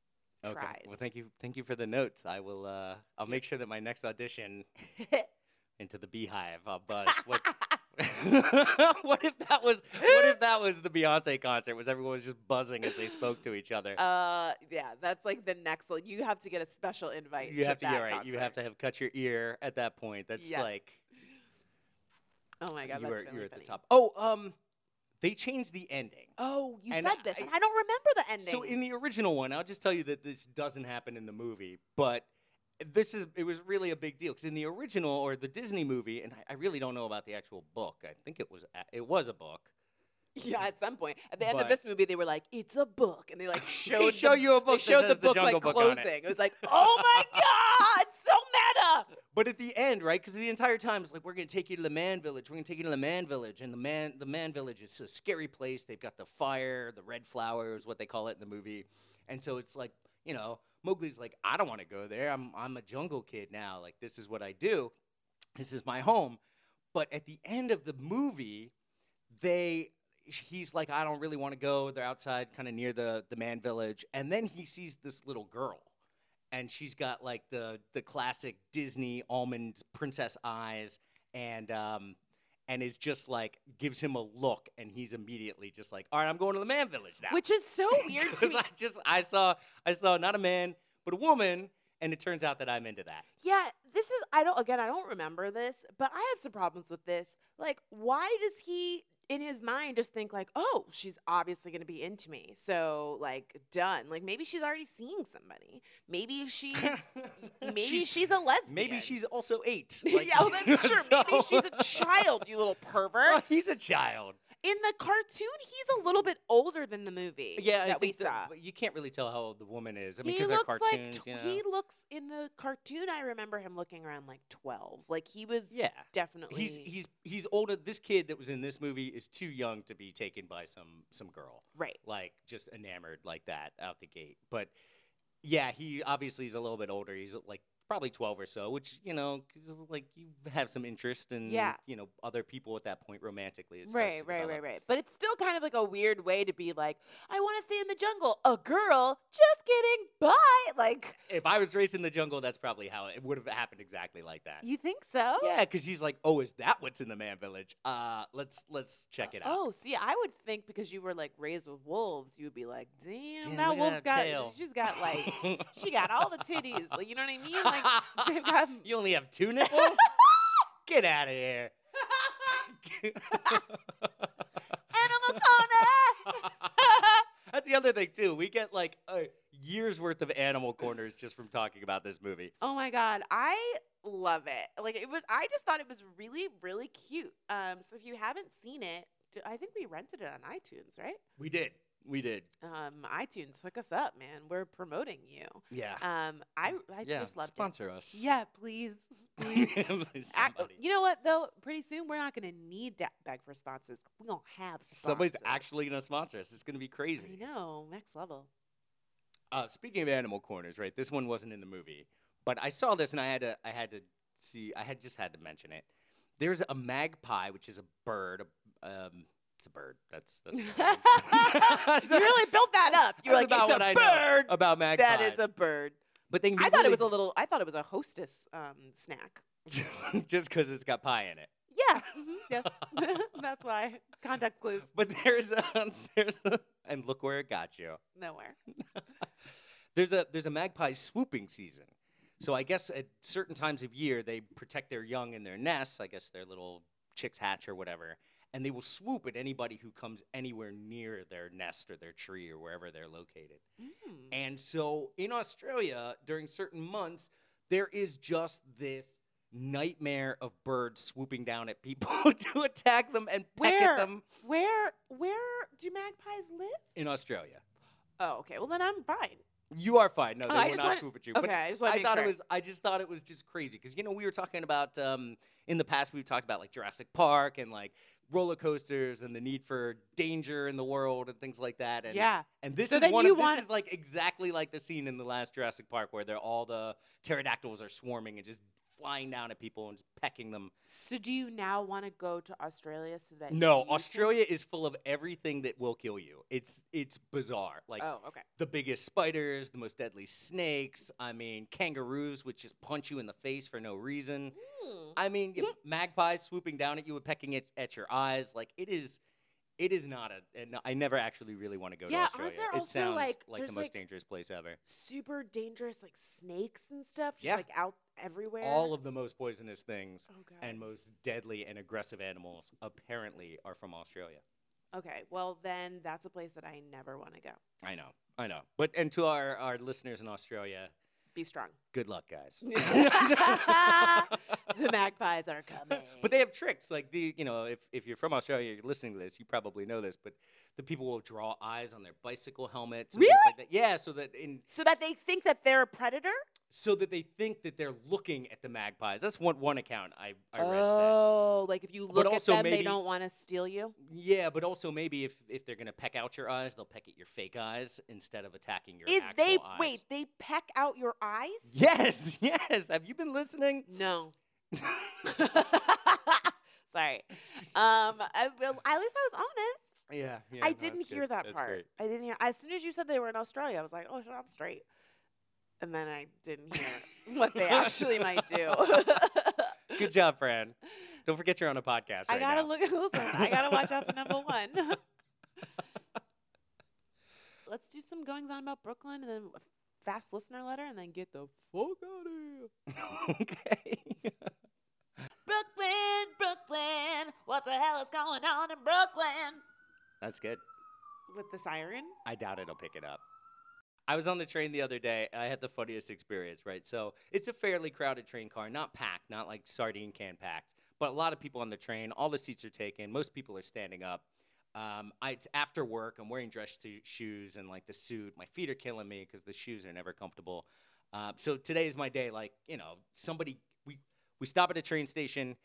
S1: okay.
S2: tried.
S1: Well, thank you, thank you for the notes. I will. Uh, I'll make sure that my next
S2: [laughs]
S1: audition into the beehive. I'll buzz. What? [laughs] what if that was? What if that was the Beyonce concert? Was everyone was just buzzing as they spoke to each other?
S2: uh, yeah, that's like the next. Like, you have to get a special invite.
S1: you
S2: to
S1: have to. Yeah,
S2: that
S1: right. You have to
S2: concert.
S1: have cut your ear at that point. That's
S2: Yeah.
S1: like
S2: Oh my god,
S1: you were
S2: that's really
S1: you were at the
S2: funny.
S1: top. Oh, um, they changed the ending.
S2: Oh, you
S1: And
S2: said this,
S1: I-
S2: and I don't remember the ending.
S1: So in the original one, I'll just tell you that this doesn't happen in the movie, but this is it was really a big deal because in the original or the Disney movie, and I, I really don't know about the actual book. I think it was a- it was a book.
S2: Yeah, at some point. At the end
S1: But-
S2: of this movie, they were like, "It's a book," and they like
S1: [laughs]
S2: showed
S1: they show
S2: the,
S1: you a book.
S2: they
S1: that
S2: showed
S1: says
S2: the book
S1: Jungle
S2: like
S1: book on
S2: closing.
S1: it.
S2: It. was like, "Oh
S1: [laughs]
S2: my god, it's so meta!"
S1: But at the end, right? Because the entire time it's like we're gonna take you to the man village. We're gonna take you to the man village, and the man the man village is a scary place. They've got the fire, the red flower is what they call it in the movie, and so it's like you know Mowgli's like I don't want to go there. I'm I'm a jungle kid now. Like this is what I do. This is my home. But at the end of the movie, they he's like I don't really want to go. They're outside, kind of near the the man village, and then he sees this little girl and she's got like the the classic Disney almond princess eyes, and um, and is just like gives him a look, and he's immediately just like, all right, I'm going to the man village now.
S2: Which
S1: [laughs]
S2: is so weird to
S1: because
S2: me.
S1: I just I saw I saw not a man but a woman, and it turns out that I'm into that.
S2: yeah, this is. I don't. Again, I don't remember this, but I have some problems with this. Like, why does he? in his mind just think like, oh, she's obviously going to be into me. So like done. Like maybe she's already seeing somebody.
S1: [laughs]
S2: Maybe she's [laughs] maybe
S1: She-
S2: she's a lesbian.
S1: Maybe she's also eight. like,
S2: [laughs] yeah, well,
S1: [laughs]
S2: that's
S1: you
S2: true.
S1: know,
S2: Maybe
S1: so-
S2: she's a child, you little pervert.
S1: Well, he's a child.
S2: In the cartoon, he's a little bit older than the movie
S1: Yeah,
S2: that
S1: I
S2: we
S1: think
S2: saw.
S1: that- but you can't really tell how old the woman is. I mean,
S2: he
S1: because they're
S2: looks like
S1: cartoons.
S2: tw-
S1: you know?
S2: he looks in the cartoon. I remember him looking around like twelve. Like he was
S1: yeah,
S2: definitely
S1: he's he's he's older. This kid that was in this movie is too young to be taken by some some girl.
S2: right.
S1: like just enamored like that out the gate. But yeah, he obviously is a little bit older. He's like probably 12 or so, which, you know, 'cause, like you have some interest in,
S2: Yeah.
S1: you know, other people at that point romantically. it starts
S2: Right,
S1: to
S2: right, right,
S1: develop.
S2: right. But it's still kind of like a weird way to be like, I want to stay in the jungle. A girl, just kidding. Bye. Like,
S1: If I was raised in the jungle, that's probably how it would have happened exactly like that.
S2: you think so?
S1: Yeah, because he's like, oh, is that what's in the man village? Uh, let's let's check it out.
S2: Oh, see, I would think because you were like raised with wolves, you would be like, damn,
S1: Damn,
S2: that
S1: look at
S2: wolf's
S1: that
S2: got,
S1: tail."
S2: she's got like,
S1: [laughs]
S2: she got all the titties. Like, you know what I mean? Like, [laughs] they've got.
S1: you only have two
S2: [laughs]
S1: nipples? Get out of here.
S2: [laughs] Animal corner!
S1: [laughs] That's the other thing too. We get like a year's worth of animal corners just from talking about this movie.
S2: [laughs] Oh my god, I love it. Like it was I just thought it was really really cute. Um so if you haven't seen it, do, I think we rented it on iTunes, right?
S1: We did. We did.
S2: Um iTunes, hook us up, man. We're promoting you.
S1: Yeah.
S2: Um I I
S1: yeah.
S2: just loved
S1: Sponsor us. [laughs]
S2: it. Yeah, [laughs] please. please.
S1: Somebody.
S2: Ac- you know what though? Pretty soon we're not going to need that bag for sponsors. We don't have sponsors.
S1: Somebody's actually gonna sponsor us. It's gonna be crazy.
S2: I know, next level.
S1: Uh, speaking of animal corners, right? This one wasn't in the movie, but I saw this and I had to, I had to see, I had just had to mention it. There's a magpie, which is a bird. A, um, it's a bird. That's
S2: [laughs]
S1: that's.
S2: you
S1: what I [laughs] mean.
S2: really built that up. You're
S1: That's about
S2: like it's
S1: what I
S2: a
S1: know
S2: bird.
S1: about magpies.
S2: That is a bird.
S1: But they.
S2: I thought it
S1: really-
S2: was a little. I thought it was a hostess um, snack.
S1: [laughs] just because it's got pie in it.
S2: [laughs] Yeah. mhm, Yes. [laughs] That's why. Contact clues
S1: But [laughs] there's a, there's a, and look where it got you.
S2: nowhere.
S1: There's a there's a magpie swooping season. So I guess at certain times of year they protect their young in their nests. I guess their little chicks hatch or whatever, and they will swoop at anybody who comes anywhere near their nest or their tree or wherever they're located.
S2: Mm.
S1: And so in Australia, during certain months, there is just this nightmare of birds swooping down at people [laughs] to attack them and peck
S2: Where?
S1: at them
S2: Where where do magpies live?
S1: in Australia.
S2: Oh, okay. Well, then I'm fine.
S1: You are fine. No,
S2: Oh,
S1: they
S2: I
S1: will
S2: just
S1: not
S2: wanted-
S1: swoop at you.
S2: Okay,
S1: But
S2: I just want to
S1: I
S2: make
S1: thought
S2: sure.
S1: it was. I just thought it was just crazy because you know we were talking about um, in the past we've talked about like Jurassic Park and like roller coasters and the need for danger in the world and things like that. And,
S2: yeah.
S1: And this
S2: So
S1: is
S2: then
S1: one
S2: you
S1: of
S2: want-
S1: this is like exactly like the scene in the last Jurassic Park where they're all the pterodactyls are swarming and just flying down at people and just pecking them.
S2: So do you now want to go to Australia so that
S1: No,
S2: you can-
S1: Australia is full of everything that will kill you. It's it's bizarre. Like
S2: Oh, okay.
S1: the biggest spiders, the most deadly snakes. I mean, kangaroos, which just punch you in the face for no reason.
S2: Mm.
S1: I mean, y- magpies swooping down at you and pecking at, at your eyes. Like it is, it is not a. and I never actually really want to go
S2: Yeah,
S1: to
S2: aren't
S1: Australia.
S2: there
S1: it
S2: also,
S1: sounds
S2: like,
S1: the
S2: there's,
S1: most
S2: like,
S1: dangerous place ever.
S2: Super dangerous, like snakes and stuff, just
S1: Yeah.
S2: like out everywhere.
S1: All of the most poisonous things
S2: Oh god.
S1: and most deadly and aggressive animals apparently are from Australia.
S2: okay. Well, then that's a place that I never want to go.
S1: I know, I know. But and to our our listeners in Australia,
S2: Be strong. [laughs]
S1: good luck, guys. [laughs]
S2: The magpies are coming.
S1: But they have tricks like the you know if, if you're from Australia you're listening to this you probably know this but the people will draw eyes on their bicycle helmets and things like that. yeah so that in
S2: so that they think that they're a predator.
S1: so that they think that they're looking at the magpies that's one one account I I read said
S2: oh, like if you look at
S1: also
S2: them,
S1: maybe-
S2: they don't want to steal you.
S1: yeah but also maybe if if they're gonna peck out your eyes they'll peck at your fake eyes instead of attacking your
S2: Is
S1: actual
S2: they
S1: eyes.
S2: wait? They peck out your eyes?
S1: yes [laughs] yes have you been listening
S2: [laughs] No. [laughs] Sorry. Um, I, well, at least I was honest.
S1: yeah, yeah
S2: I
S1: no,
S2: didn't
S1: that's
S2: hear
S1: good.
S2: that
S1: That's
S2: part.
S1: great.
S2: I didn't hear. As soon as you said they were in Australia, I was like, oh, shit, I'm straight. And then I didn't [laughs] hear what they actually might do. [laughs]
S1: good job Fran don't forget you're on a podcast
S2: I
S1: right
S2: gotta
S1: now.
S2: look. [laughs] Listen, I gotta watch out for number one. [laughs] Let's do some goings on about Brooklyn, and then a
S1: [laughs]
S2: fast listener letter, and then get the fuck out of here.
S1: okay
S5: Brooklyn, Brooklyn. What the hell is going on in Brooklyn?
S1: That's good.
S2: with the siren.
S1: I doubt it'll pick it up. I was on the train the other day and I had the funniest experience, right? So it's a fairly crowded train car, not packed, not like sardine can packed, but a lot of people on the train. All the seats are taken. Most people are standing up. Um, I, it's after work. I'm wearing dress to, shoes and like the suit. My feet are killing me because the shoes are never comfortable. Uh, so today is my day. Like, you know, somebody, we, we stop at a train station.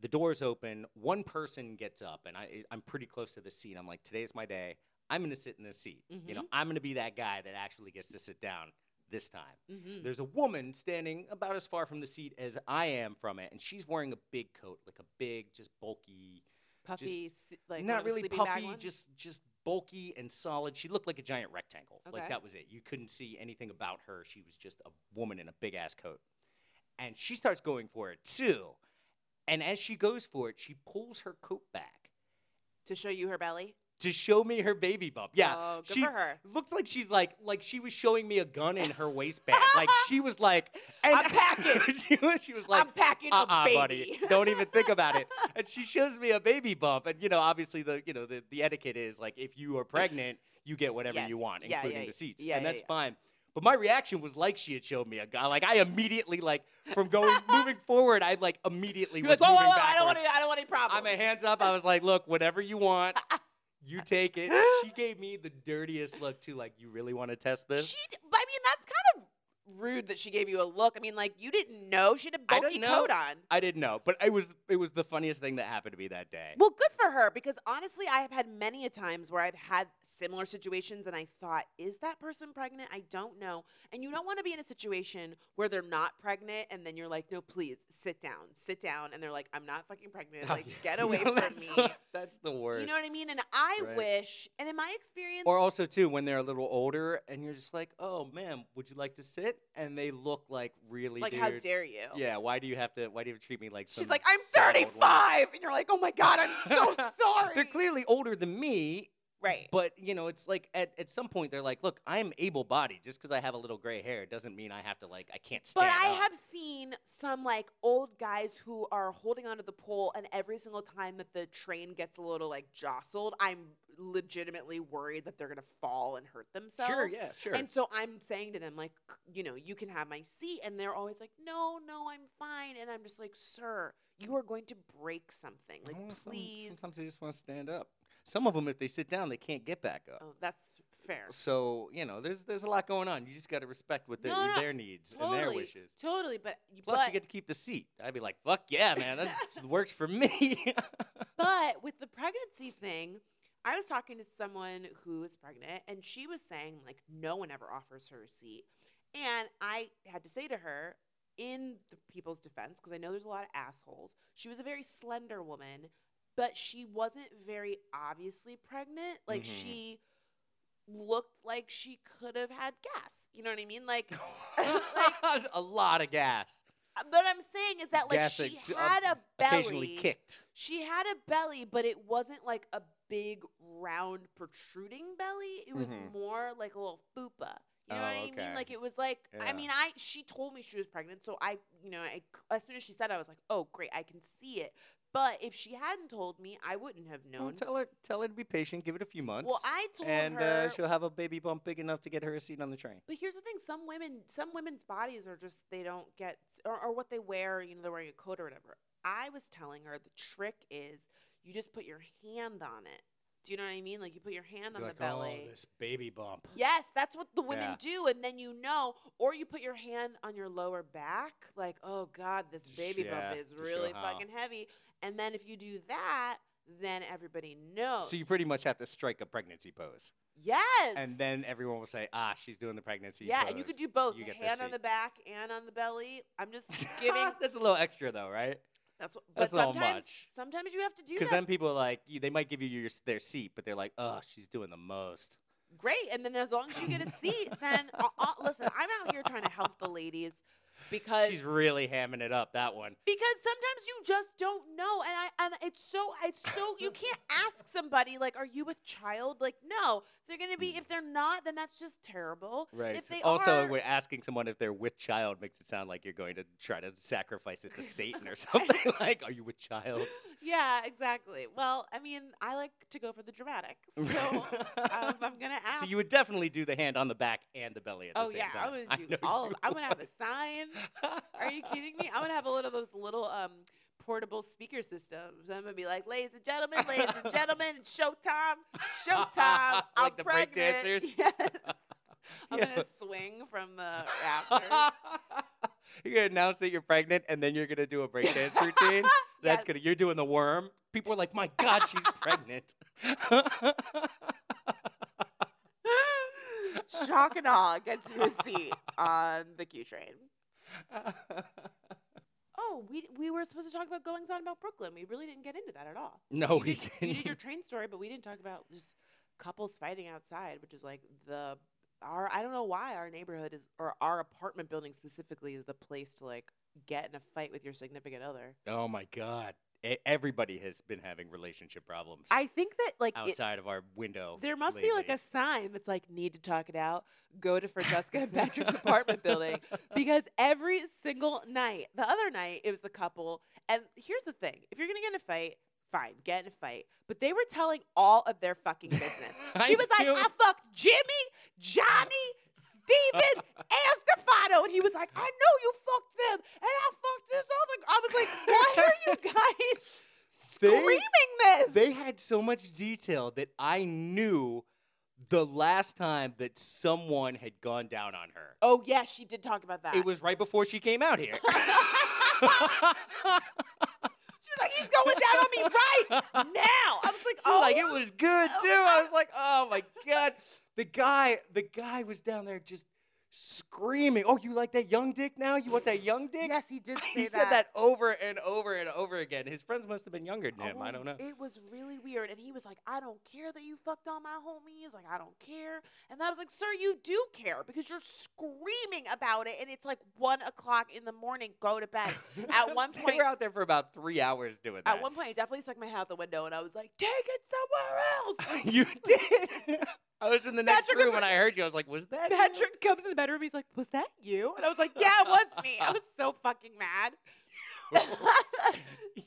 S1: The doors open. One person gets up, and I, I'm pretty close to the seat. I'm like, today's my day. I'm going to sit in this seat. You know, I'm going to be that guy that actually gets to sit down this time.
S2: Mm-hmm.
S1: There's a woman standing about as far from the seat as I am from it, and she's wearing a big coat, like a big, just bulky,
S2: Puffy, su- like one
S1: not
S2: of the
S1: really
S2: sleepy
S1: puffy,
S2: bag ones?
S1: just just bulky and solid. She looked like a giant rectangle.
S2: Okay.
S1: Like that was it. You couldn't see anything about her. She was just a woman in a big ass coat. And she starts going for it too. And as she goes for it, she pulls her coat back
S2: to show you her belly.
S1: to show me her baby bump. Yeah.
S2: oh, good
S1: she-
S2: for her.
S1: Looks like she's like like she was showing me a gun in her waistband. like she was
S2: [laughs]
S1: like and
S2: I'm packing.
S1: [laughs] she was she was like
S2: I'm packing
S1: uh-uh,
S2: a baby.
S1: buddy. [laughs]
S2: [laughs]
S1: Don't even think about it. And she shows me a baby bump, and you know, obviously the you know the, the etiquette is like if you are pregnant, you get whatever you
S2: Yes.
S1: want,
S2: Yeah, yeah,
S1: including
S2: yeah.
S1: the seats,
S2: Yeah,
S1: and
S2: yeah,
S1: that's
S2: yeah.
S1: fine. But my reaction was like she had showed me a guy. Like I immediately like from
S2: [laughs]
S1: going moving forward, I like immediately
S2: You're
S1: was
S2: like, whoa, whoa,
S1: moving
S2: whoa, I don't want
S1: backwards.
S2: to. I don't want any
S1: I'm
S2: problems.
S1: a hands up. I was like, look, whatever you
S2: [laughs]
S1: want. You take it. She gave me the dirtiest look too. Like, you really want to test this?
S2: She, d- but I mean, that's kind of rude that she gave you a look. I mean, like you didn't know she had a
S1: I
S2: bulky
S1: don't know.
S2: coat on.
S1: I didn't know, but it was it was the funniest thing that happened to me that day.
S2: Well, good for her because honestly, I have had many a times where I've had similar situations and I thought, is that person pregnant? I don't know. And you don't want to be in a situation where they're not pregnant and then you're like, no, please sit down, sit down. And they're like, I'm not fucking
S1: [laughs]
S2: pregnant. Like, get away
S1: No,
S2: from
S1: that's,
S2: me.
S1: That's the worst.
S2: You know what I mean? And I
S1: Right.
S2: wish, and in my experience,
S1: Or also too, when they're a little older, and you're just like, "Oh, ma'am, would you like to sit?" And they look like really
S2: like,
S1: dude.
S2: how dare you?
S1: Yeah, why do you have to? Why do you treat me like?
S2: She's
S1: some
S2: like, I'm
S1: sad old woman?"
S2: 35. And you're like, oh my God, I'm so sorry.
S1: [laughs] They're clearly older than me,
S2: Right.
S1: but you know, it's like at, at some point they're like, "Look, I'm able-bodied. Just because I have a little gray hair doesn't mean I have to like I can't
S2: But
S1: stand."
S2: I
S1: up."
S2: have seen some like old guys who are holding onto the pole, and every single time that the train gets a little like jostled, I'm legitimately worried that they're gonna fall and hurt themselves.
S1: Sure, yeah, sure.
S2: And so I'm saying to them, like, "C- you know, you can have my seat. And they're always like, no, no, I'm fine. And I'm just like, sir, you are going to break something. Like,
S1: Well, Oh, some-
S2: please.
S1: sometimes they just want to stand up. Some of them, if they sit down, they can't get back up.
S2: Oh, that's fair.
S1: So you know, there's there's a lot going on. You just got to respect what their
S2: No, no,
S1: their needs and their
S2: Totally.
S1: wishes.
S2: Totally. But,
S1: Plus,
S2: but
S1: you get to keep the seat. I'd be like, fuck yeah, man,
S2: [laughs]
S1: that works for me.
S2: But with the pregnancy thing, I was talking to someone who is pregnant and she was saying, like, no one ever offers her a seat. And I had to say to her, in the people's defense, because I know there's a lot of assholes, she was a very slender woman, but she wasn't very obviously pregnant. Like,
S1: Mhm.
S2: she looked like she could have had gas. You know what I mean? Like, Like-
S1: [laughs] a lot of gas.
S2: but I'm saying is that, like,
S1: Gas
S2: she
S1: ex- uh,
S2: had a belly.
S1: Occasionally kicked.
S2: She had a belly, but it wasn't like a big round protruding belly. It was
S1: Mhm.
S2: more like a little fupa. You know what
S1: Oh,
S2: I mean?
S1: okay.
S2: Like it was like
S1: Yeah.
S2: I mean I she told me she was pregnant, so I you know I, c- as soon as she said it, I was like oh great I can see it. But if she hadn't told me, I wouldn't have known.
S1: Well, tell her tell her to be patient. Give it a few months.
S2: I told
S1: and,
S2: her-
S1: uh, she'll have a baby bump big enough to get her a seat on the train.
S2: But here's the thing: some women, some women's bodies are just they don't get or, or what they wear. You know, they're wearing a coat or whatever. I was telling her the trick is you just put your hand on it. Do you know what I mean? Like you put your hand on the belly.
S1: "Oh, this baby bump.
S2: Yes, that's what the women
S1: Yeah.
S2: do, and then you know, or you put your hand on your lower back, like, oh God, this
S1: Sh-
S2: baby
S1: yeah,
S2: bump is
S1: to show
S2: really
S1: how.
S2: fucking heavy. And then if you do that, then everybody knows.
S1: So you pretty much have to strike a pregnancy pose,
S2: yes,
S1: and then everyone will say, "Ah, she's doing the pregnancy."
S2: yeah,
S1: pose.
S2: and you
S1: [laughs]
S2: could do both,
S1: you get the
S2: hand on
S1: seat.
S2: the back and on the belly. I'm
S1: [laughs]
S2: just giving.
S1: That's a little extra though, right?
S2: That's what.
S1: That's
S2: but
S1: not
S2: sometimes,
S1: much.
S2: sometimes you have to do
S1: Because
S2: that.
S1: then people are like you, they might give you your, their seat, but they're like, "Oh, she's doing the most." [laughs]
S2: Great, and then as long as you get a seat, then uh, uh, listen, I'm out here trying to help the ladies because
S1: She's really hamming it up that one.
S2: because sometimes you just don't know and I and it's so it's so you can't ask somebody like are you with child like no they're going to
S1: Hmm.
S2: be if they're not then that's just terrible
S1: Right.
S2: if they
S1: also,
S2: are
S1: when asking someone if they're with child makes it sound like you're going to try to sacrifice it to Satan or [laughs] something. like, are you with child?
S2: yeah exactly well I mean I like to go for the dramatic
S1: [laughs]
S2: so um, I'm going to ask
S1: So you would definitely do the hand on the back and the belly at the
S2: Oh
S1: same
S2: yeah,
S1: time. [laughs]
S2: I'm gonna do
S1: know
S2: all of.
S1: you
S2: I'm gonna have a
S1: would.
S2: sign. Are you kidding me? I'm gonna have a little of those little um portable speaker systems. I'm gonna be like, ladies and gentlemen, ladies and gentlemen, it's showtime, showtime.
S1: [laughs] Like
S2: I'm
S1: the break
S2: pregnant.
S1: dancers?
S2: [laughs]
S1: [laughs]
S2: Yes. I'm
S1: Yeah.
S2: gonna swing
S1: [laughs]
S2: from the rafters.
S1: you're gonna announce that you're pregnant, and then you're gonna do a breakdance
S2: [laughs]
S1: routine. That's
S2: Yes.
S1: gonna. You're doing the worm. People are like, "My God,
S2: [laughs]
S1: she's pregnant." [laughs]
S2: Shock and awe gets you a seat on the Q train. Oh, we we were supposed to talk about goings on about Brooklyn. We really didn't get into that at all.
S1: [laughs] no,
S2: you
S1: we
S2: did,
S1: didn't.
S2: you did your train story, but we Oh, didn't talk about just couples fighting outside, which is like the our I don't know why our neighborhood is or our apartment building specifically is the place to like get in a fight with your significant other.
S1: Oh my God! E- Everybody has been having relationship problems
S2: I think that like it,
S1: outside of our window.
S2: there must be like a
S1: lately.
S2: sign that's like need to talk it out. Go to Francesca and Patrick's apartment building because every single night, the other night it was a couple. And here's the thing: if you're gonna get in a fight, fine, get in a fight. But they were telling all of their
S1: [laughs]
S2: fucking
S1: [laughs]
S2: business.
S1: I
S2: She was like,
S1: knew
S2: I
S1: it.
S2: fucked Jimmy, Johnny,
S1: [laughs]
S2: Steven, and Stefano. And he was like, I know you fucked them, and I fucked this other. g-" I was like, why are
S1: [laughs]
S2: you guys
S1: They-
S2: screaming this?
S1: They had so much detail that I knew the last time that someone had gone down on her.
S2: oh yeah, she did talk about that.
S1: It was right before she came out
S2: [laughs]
S1: here. [laughs]
S2: She was like, he's going down
S1: [laughs]
S2: on me right now. I was like,
S1: She
S2: oh,
S1: was like, it was good too. I was like, oh my god, the guy, the guy was down there just screaming. Oh, you like that young dick now? You want that young dick?
S2: yes, he did say
S1: [laughs] he said that over and over and over again. His friends must have been younger than him. I
S2: Oh,
S1: don't know.
S2: It was really weird. And he was like, I don't care that you fucked all my homies. Like, I don't care. And I was like, sir, you do care because you're screaming about it. And it's like one o'clock in the morning. Go to bed.
S1: [laughs]
S2: at one
S1: we
S2: point-
S1: were out there for about three hours doing that.
S2: At one point, I definitely stuck my head out the window and I was like, take it somewhere [laughs]
S1: [laughs]
S2: else.
S1: you did. [laughs] I was in the next
S2: Patrick was
S1: room when
S2: like-
S1: I heard you. I was like, was that you?
S2: Patrick comes in the bedroom. He's like, was that you? And I was like, yeah, it was me. [laughs] I was so fucking mad. [laughs] but
S1: [laughs]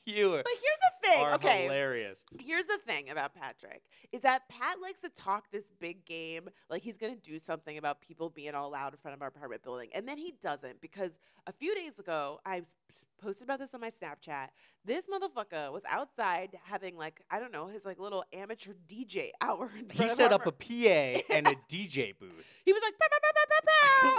S1: you?
S2: [laughs]
S1: Are,
S2: here's the thing.
S1: are
S2: okay.
S1: hilarious.
S2: Here's the thing about Patrick is that Pat likes to talk this big game, like he's gonna do something about people being all loud in front of our apartment building, and then he doesn't because a few days ago I s- posted about this on my Snapchat. This motherfucker was outside having like I don't know his like little amateur DJ hour. In
S1: He
S2: front of
S1: set
S2: our
S1: up a
S2: par-
S1: PA
S2: [laughs]
S1: and a DJ booth,
S2: He was like, "Pow, pow, [laughs]
S1: [laughs]
S2: pow, pow,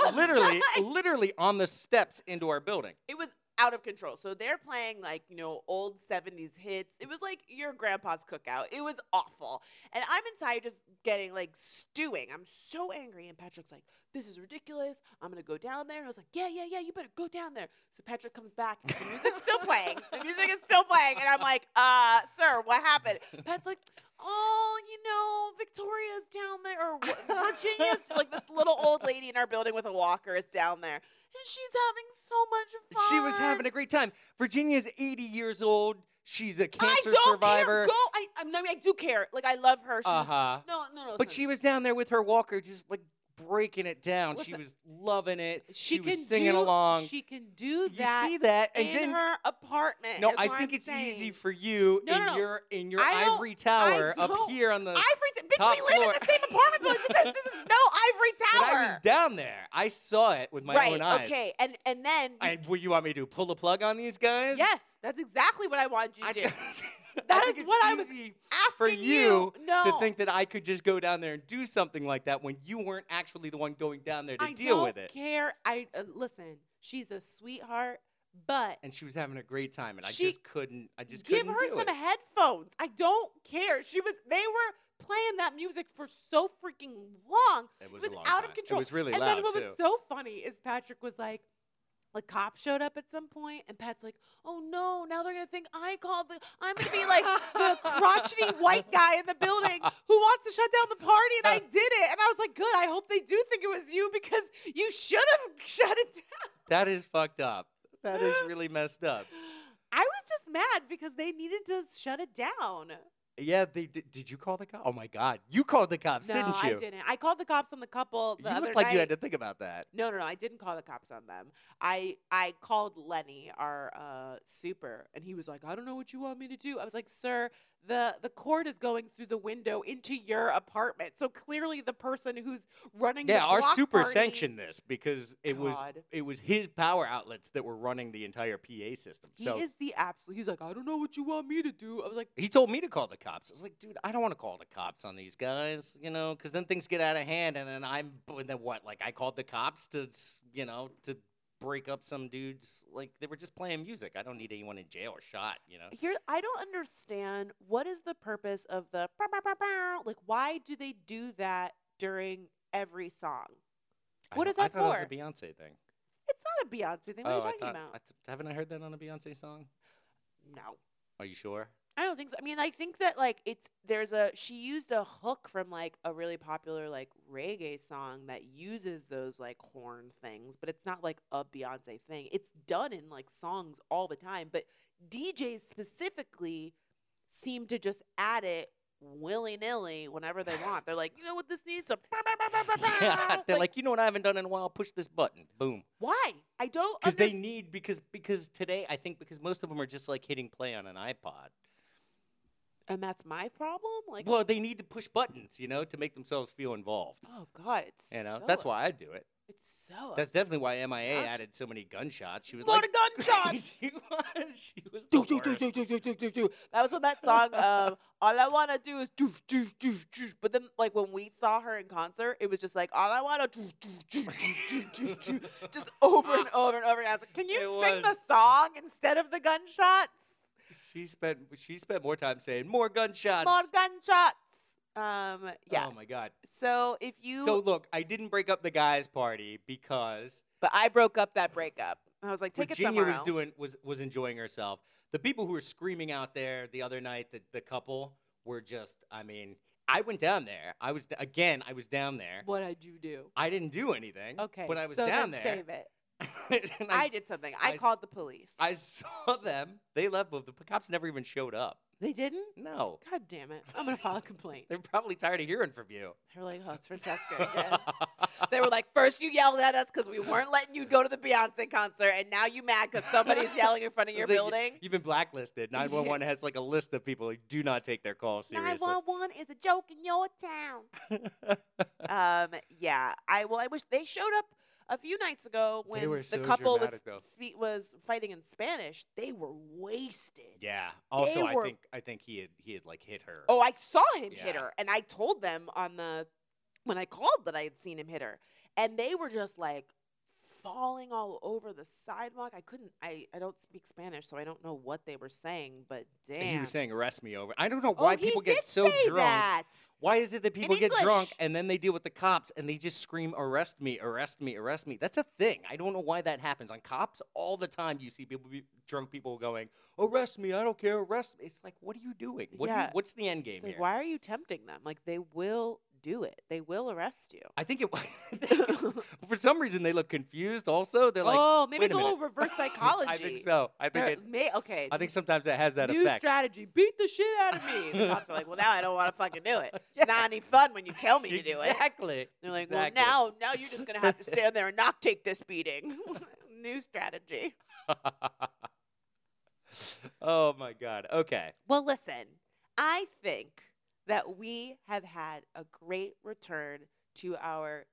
S2: pow, pow."
S1: literally, literally on the steps into our building.
S2: it was out of control. So they're playing like, you know, old 70s hits. It was like your grandpa's cookout. It was awful. And I'm inside just getting like stewing. I'm so angry. And Patrick's like, this is ridiculous. I'm going to go down there. And I was like, yeah, yeah, yeah, you better go down there. So Patrick comes back. The music's still playing. The music is still playing. And I'm like, uh, sir, what happened? Pat's like, oh, you know, Victoria's down there, or wha- Virginia's like this little old lady in our building with a walker is down there, and she's having so much fun.
S1: She was having a great time. Virginia's 80 years old. She's a
S2: I
S1: cancer
S2: don't
S1: survivor.
S2: care. Go. I, I mean, I do care. Like I love her. She's
S1: Uh huh.
S2: no, no, no.
S1: But
S2: listen.
S1: she was down there with her walker, just like breaking it down. She
S2: Listen.
S1: was loving it.
S2: she,
S1: was
S2: can
S1: singing
S2: do-
S1: along.
S2: She can do
S1: you
S2: that
S1: see that, and
S2: in
S1: then
S2: her apartment.
S1: no,
S2: is
S1: I
S2: what
S1: think
S2: I'm
S1: it's easy
S2: saying.
S1: for you
S2: No,
S1: in
S2: no, no.
S1: your in your
S2: I don't-
S1: ivory tower up
S2: don't-
S1: here on the.
S2: Ivory, t- bitch,
S1: top
S2: we live
S1: floor.
S2: in the same apartment building. This is, this is no ivory
S1: [laughs] but
S2: tower.
S1: I was down there. I saw it with my
S2: right.
S1: own eyes.
S2: Okay. And and then we
S1: And what you want me to do? Pull the plug on these guys?
S2: Yes, that's exactly what I wanted you
S1: [laughs]
S2: to
S1: I,
S2: do.
S1: I
S2: That
S1: think
S2: is
S1: it's
S2: what I was
S1: easy
S2: [laughs] Asking
S1: for you
S2: no,
S1: to think that I could just go down there and do something like that when you weren't actually the one going down there to
S2: I
S1: deal
S2: don't
S1: with it.
S2: Care? I uh, listen. She's a sweetheart, but
S1: And she was having a great time, and I
S2: She-
S1: just couldn't. I just
S2: give
S1: couldn't
S2: her
S1: do
S2: some
S1: it.
S2: headphones. I don't care. She was. They were playing that music for so freaking long.
S1: It
S2: It
S1: was,
S2: was
S1: a long
S2: out
S1: time.
S2: of
S1: It
S2: control.
S1: was really
S2: and
S1: loud
S2: then what
S1: too.
S2: was so funny is Patrick was like, like cops showed up at some point and Pat's like, "Oh no, now they're going to think I called the I'm going to be like the
S1: [laughs]
S2: crotchety white guy in the building who wants to shut down the party
S1: [laughs]
S2: and I did it." And I was like, "Good. I hope they do think it was you because you should have [laughs] shut it down."
S1: That is fucked up. That is really messed up.
S2: I was just mad because they needed to shut it down.
S1: [gasps] Yeah, they did. Did you call the cops? Oh my god, you called the cops,
S2: no,
S1: didn't
S2: I
S1: you?
S2: didn't. I called the cops on the couple
S1: you
S2: the other
S1: looked like
S2: night.
S1: you had to think about that.
S2: No, no, no. I didn't call the cops on them. I I called Lenny, our uh, super, and he was like, "I don't know what you want me to do." I was like, "Sir, the the cord is going through the window into your apartment. So clearly, the person who's running the
S1: Yeah, our
S2: block
S1: super
S2: party-
S1: sanctioned this because it was
S2: God.
S1: it was his power outlets that were running the entire PA system.
S2: He
S1: so
S2: is the absolute. He's like, "I don't know what you want me to do." I was like,
S1: he told me to call the cops. I was like, dude, I don't want to call the cops on these guys, you know, because then things get out of hand, and then I'm, and then what? Like, I called the cops to, s- you know, to break up some dudes. Like, they were just playing music. I don't need anyone in jail or shot, you know.
S2: Here, I don't understand what is the purpose of the bow, bow, bow, bow? like. Why do they do that during every song?
S1: I
S2: What
S1: don't-
S2: is that
S1: I thought
S2: for?
S1: it was a Beyonce thing.
S2: It's not a Beyonce thing. What are
S1: oh,
S2: you talking
S1: I thought,
S2: about?
S1: I th- haven't I heard that on a Beyonce song?
S2: no,
S1: Are you
S2: [laughs]
S1: sure?
S2: I don't think so. I mean, I think that like it's there's a she used a hook from like a really popular like reggae song that uses those like horn things, but it's not like a Beyonce thing. It's done in like songs all the time, but DJs specifically seem to just add it willy nilly whenever they want. They're like, you know what, this needs a. bah, bah, bah, bah, bah,
S1: [laughs] yeah,
S2: bah."
S1: they're like, you know what I haven't done in a while? Push this button. Boom.
S2: why? I don't
S1: because they
S2: underst-
S1: need because because today I think because most of them are just like hitting play on an iPod.
S2: and that's my problem. Like,
S1: well, they need to push buttons, you know, to make themselves feel involved.
S2: oh god, it's
S1: You know,
S2: so
S1: that's
S2: up-
S1: why I do it.
S2: it's so.
S1: That's definitely why MIA
S2: Gotcha.
S1: added so many gunshots. She was
S2: Lot
S1: like, [laughs]
S2: of gunshots!
S1: she was, she was the
S2: [laughs] do, do, do,
S1: worst.
S2: do, do, do, do, do, do. That was when [laughs] that song, um, all I wanna do is do, do, do, do. But then, like when we saw her in concert, it was just like all I wanna do, do, do, do, do, do, do,
S1: [laughs]
S2: just over and over and over. And I was like, can you
S1: It
S2: sing
S1: was.
S2: the song instead of the gunshots?
S1: She spent she spent more time saying more gunshots.
S2: More gunshots. Um, yeah.
S1: Oh my god.
S2: so if you,
S1: So look, I didn't break up the guys' party because
S2: but I broke up that breakup. I was like, take it
S1: Virginia
S2: somewhere
S1: was
S2: else.
S1: doing was was enjoying herself. The people who were screaming out there the other night, the, the couple were just. I mean, I went down there. I was again. I was down there.
S2: What did you do?
S1: I didn't do anything.
S2: Okay.
S1: but I was
S2: so
S1: down
S2: then
S1: there.
S2: Save it.
S1: [laughs] and
S2: I,
S1: s-
S2: did something.
S1: I
S2: I,
S1: s-
S2: called the police.
S1: I saw them. They left, but the p- cops never even showed up.
S2: they didn't.
S1: No,
S2: God damn it! I'm gonna file a complaint.
S1: they're probably tired of hearing from you.
S2: They were like, oh, it's [laughs] Francesca again. they were like, first you yelled at us because we weren't letting you go to the Beyonce concert, and now you mad because [laughs] somebody's yelling in front of
S1: It's
S2: your
S1: like,
S2: building.
S1: [laughs] You've been
S2: [laughs]
S1: blacklisted. 911 has like a list of people who do not take their calls seriously.
S2: 911 is a joke in your
S1: [laughs]
S2: town. um, yeah, I well, I wish they showed up a few nights ago
S1: They
S2: when
S1: were
S2: the
S1: so
S2: couple
S1: dramatic, though.
S2: was spe- was fighting in Spanish. They were wasted.
S1: Yeah. Also, I
S2: were-
S1: think I think he had he had like hit her.
S2: Oh, I saw him hit
S1: Yeah.
S2: her, and I told them on the when I called that I had seen him hit her, and they were just like falling all over the sidewalk. I couldn't. I I don't speak Spanish, so I don't know what they were saying. But damn,
S1: He was saying arrest me over. I don't know
S2: Oh,
S1: why
S2: he
S1: people get
S2: did
S1: so
S2: say
S1: drunk.
S2: That.
S1: Why is it that people get drunk
S2: English.
S1: and then they deal with the cops and they just scream arrest me, arrest me, arrest me? That's a thing. I don't know why that happens on cops all the time. You see people be, drunk people going arrest me, I don't care, arrest me. It's like what are you doing? What do you,
S2: Yeah.
S1: what's the end game
S2: It's like,
S1: here?
S2: why are you tempting them? Like they will do it. They will arrest you.
S1: I think it [laughs]
S2: [laughs]
S1: for some reason they look confused. Also, they're like
S2: oh, maybe
S1: "Wait
S2: it's
S1: a
S2: all
S1: minute."
S2: reverse
S1: [laughs]
S2: psychology.
S1: I think so. I think
S2: They're-
S1: it,
S2: may, okay.
S1: I think sometimes it has that
S2: new
S1: effect.
S2: strategy. Beat the shit out of me. The cops are like, well, now I don't want to fucking
S1: [laughs]
S2: do it.
S1: [laughs] Yeah.
S2: It's not any fun when you tell me to do it.
S1: Exactly.
S2: They're like,
S1: exactly.
S2: well, now, now you're just gonna have to stand there and not take this beating. [laughs] New strategy.
S1: [laughs] oh my god. Okay.
S2: Well, listen, I think that we have had a great return to our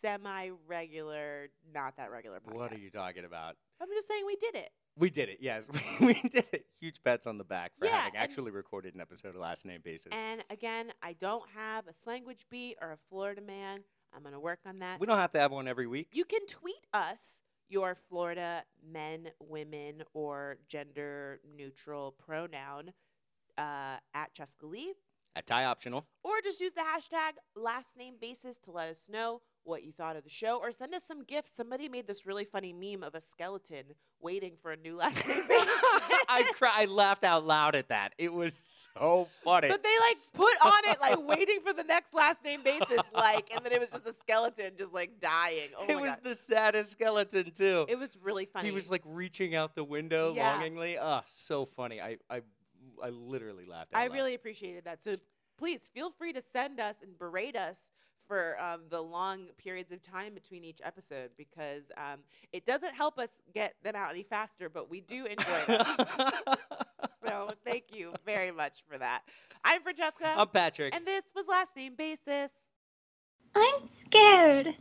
S2: semi-regular, not that regular podcast.
S1: What are you talking about?
S2: I'm just saying we did it.
S1: We did it. Yes, [laughs] we did it. Huge bets on the back for
S2: Yeah,
S1: having
S2: and-
S1: actually recorded an episode of Last Name Basis.
S2: And again, I don't have a language beat or a Florida man. I'm gonna work on that.
S1: We don't have to have one every week.
S2: You can tweet us your Florida men, women, or gender neutral pronoun uh, at Cheska Lee,
S1: At tie optional.
S2: or just use the hashtag last name basis to let us know what you thought of the show or send us some gifts. Somebody made this really funny meme of a skeleton waiting for a new last
S1: [laughs]
S2: name.
S1: I cry, I laughed out loud at that. It was so funny.
S2: But they like put on it like waiting for the next last name basis, like, and then it was just a skeleton just like dying. Oh
S1: it
S2: my
S1: was
S2: god,
S1: the saddest skeleton too.
S2: it was really funny.
S1: He was like reaching out the window
S2: Yeah.
S1: longingly. Ah, so funny. I, I, I literally laughed. Out
S2: I
S1: loud.
S2: really appreciated that. So please feel free to send us and berate us for um, the long periods of time between each episode because um, it doesn't help us get them out any faster, but we
S1: [laughs]
S2: do enjoy them. so thank you very much for that. I'm Francesca,
S1: I'm Patrick.
S2: and this was Last Name Basis.
S6: I'm scared.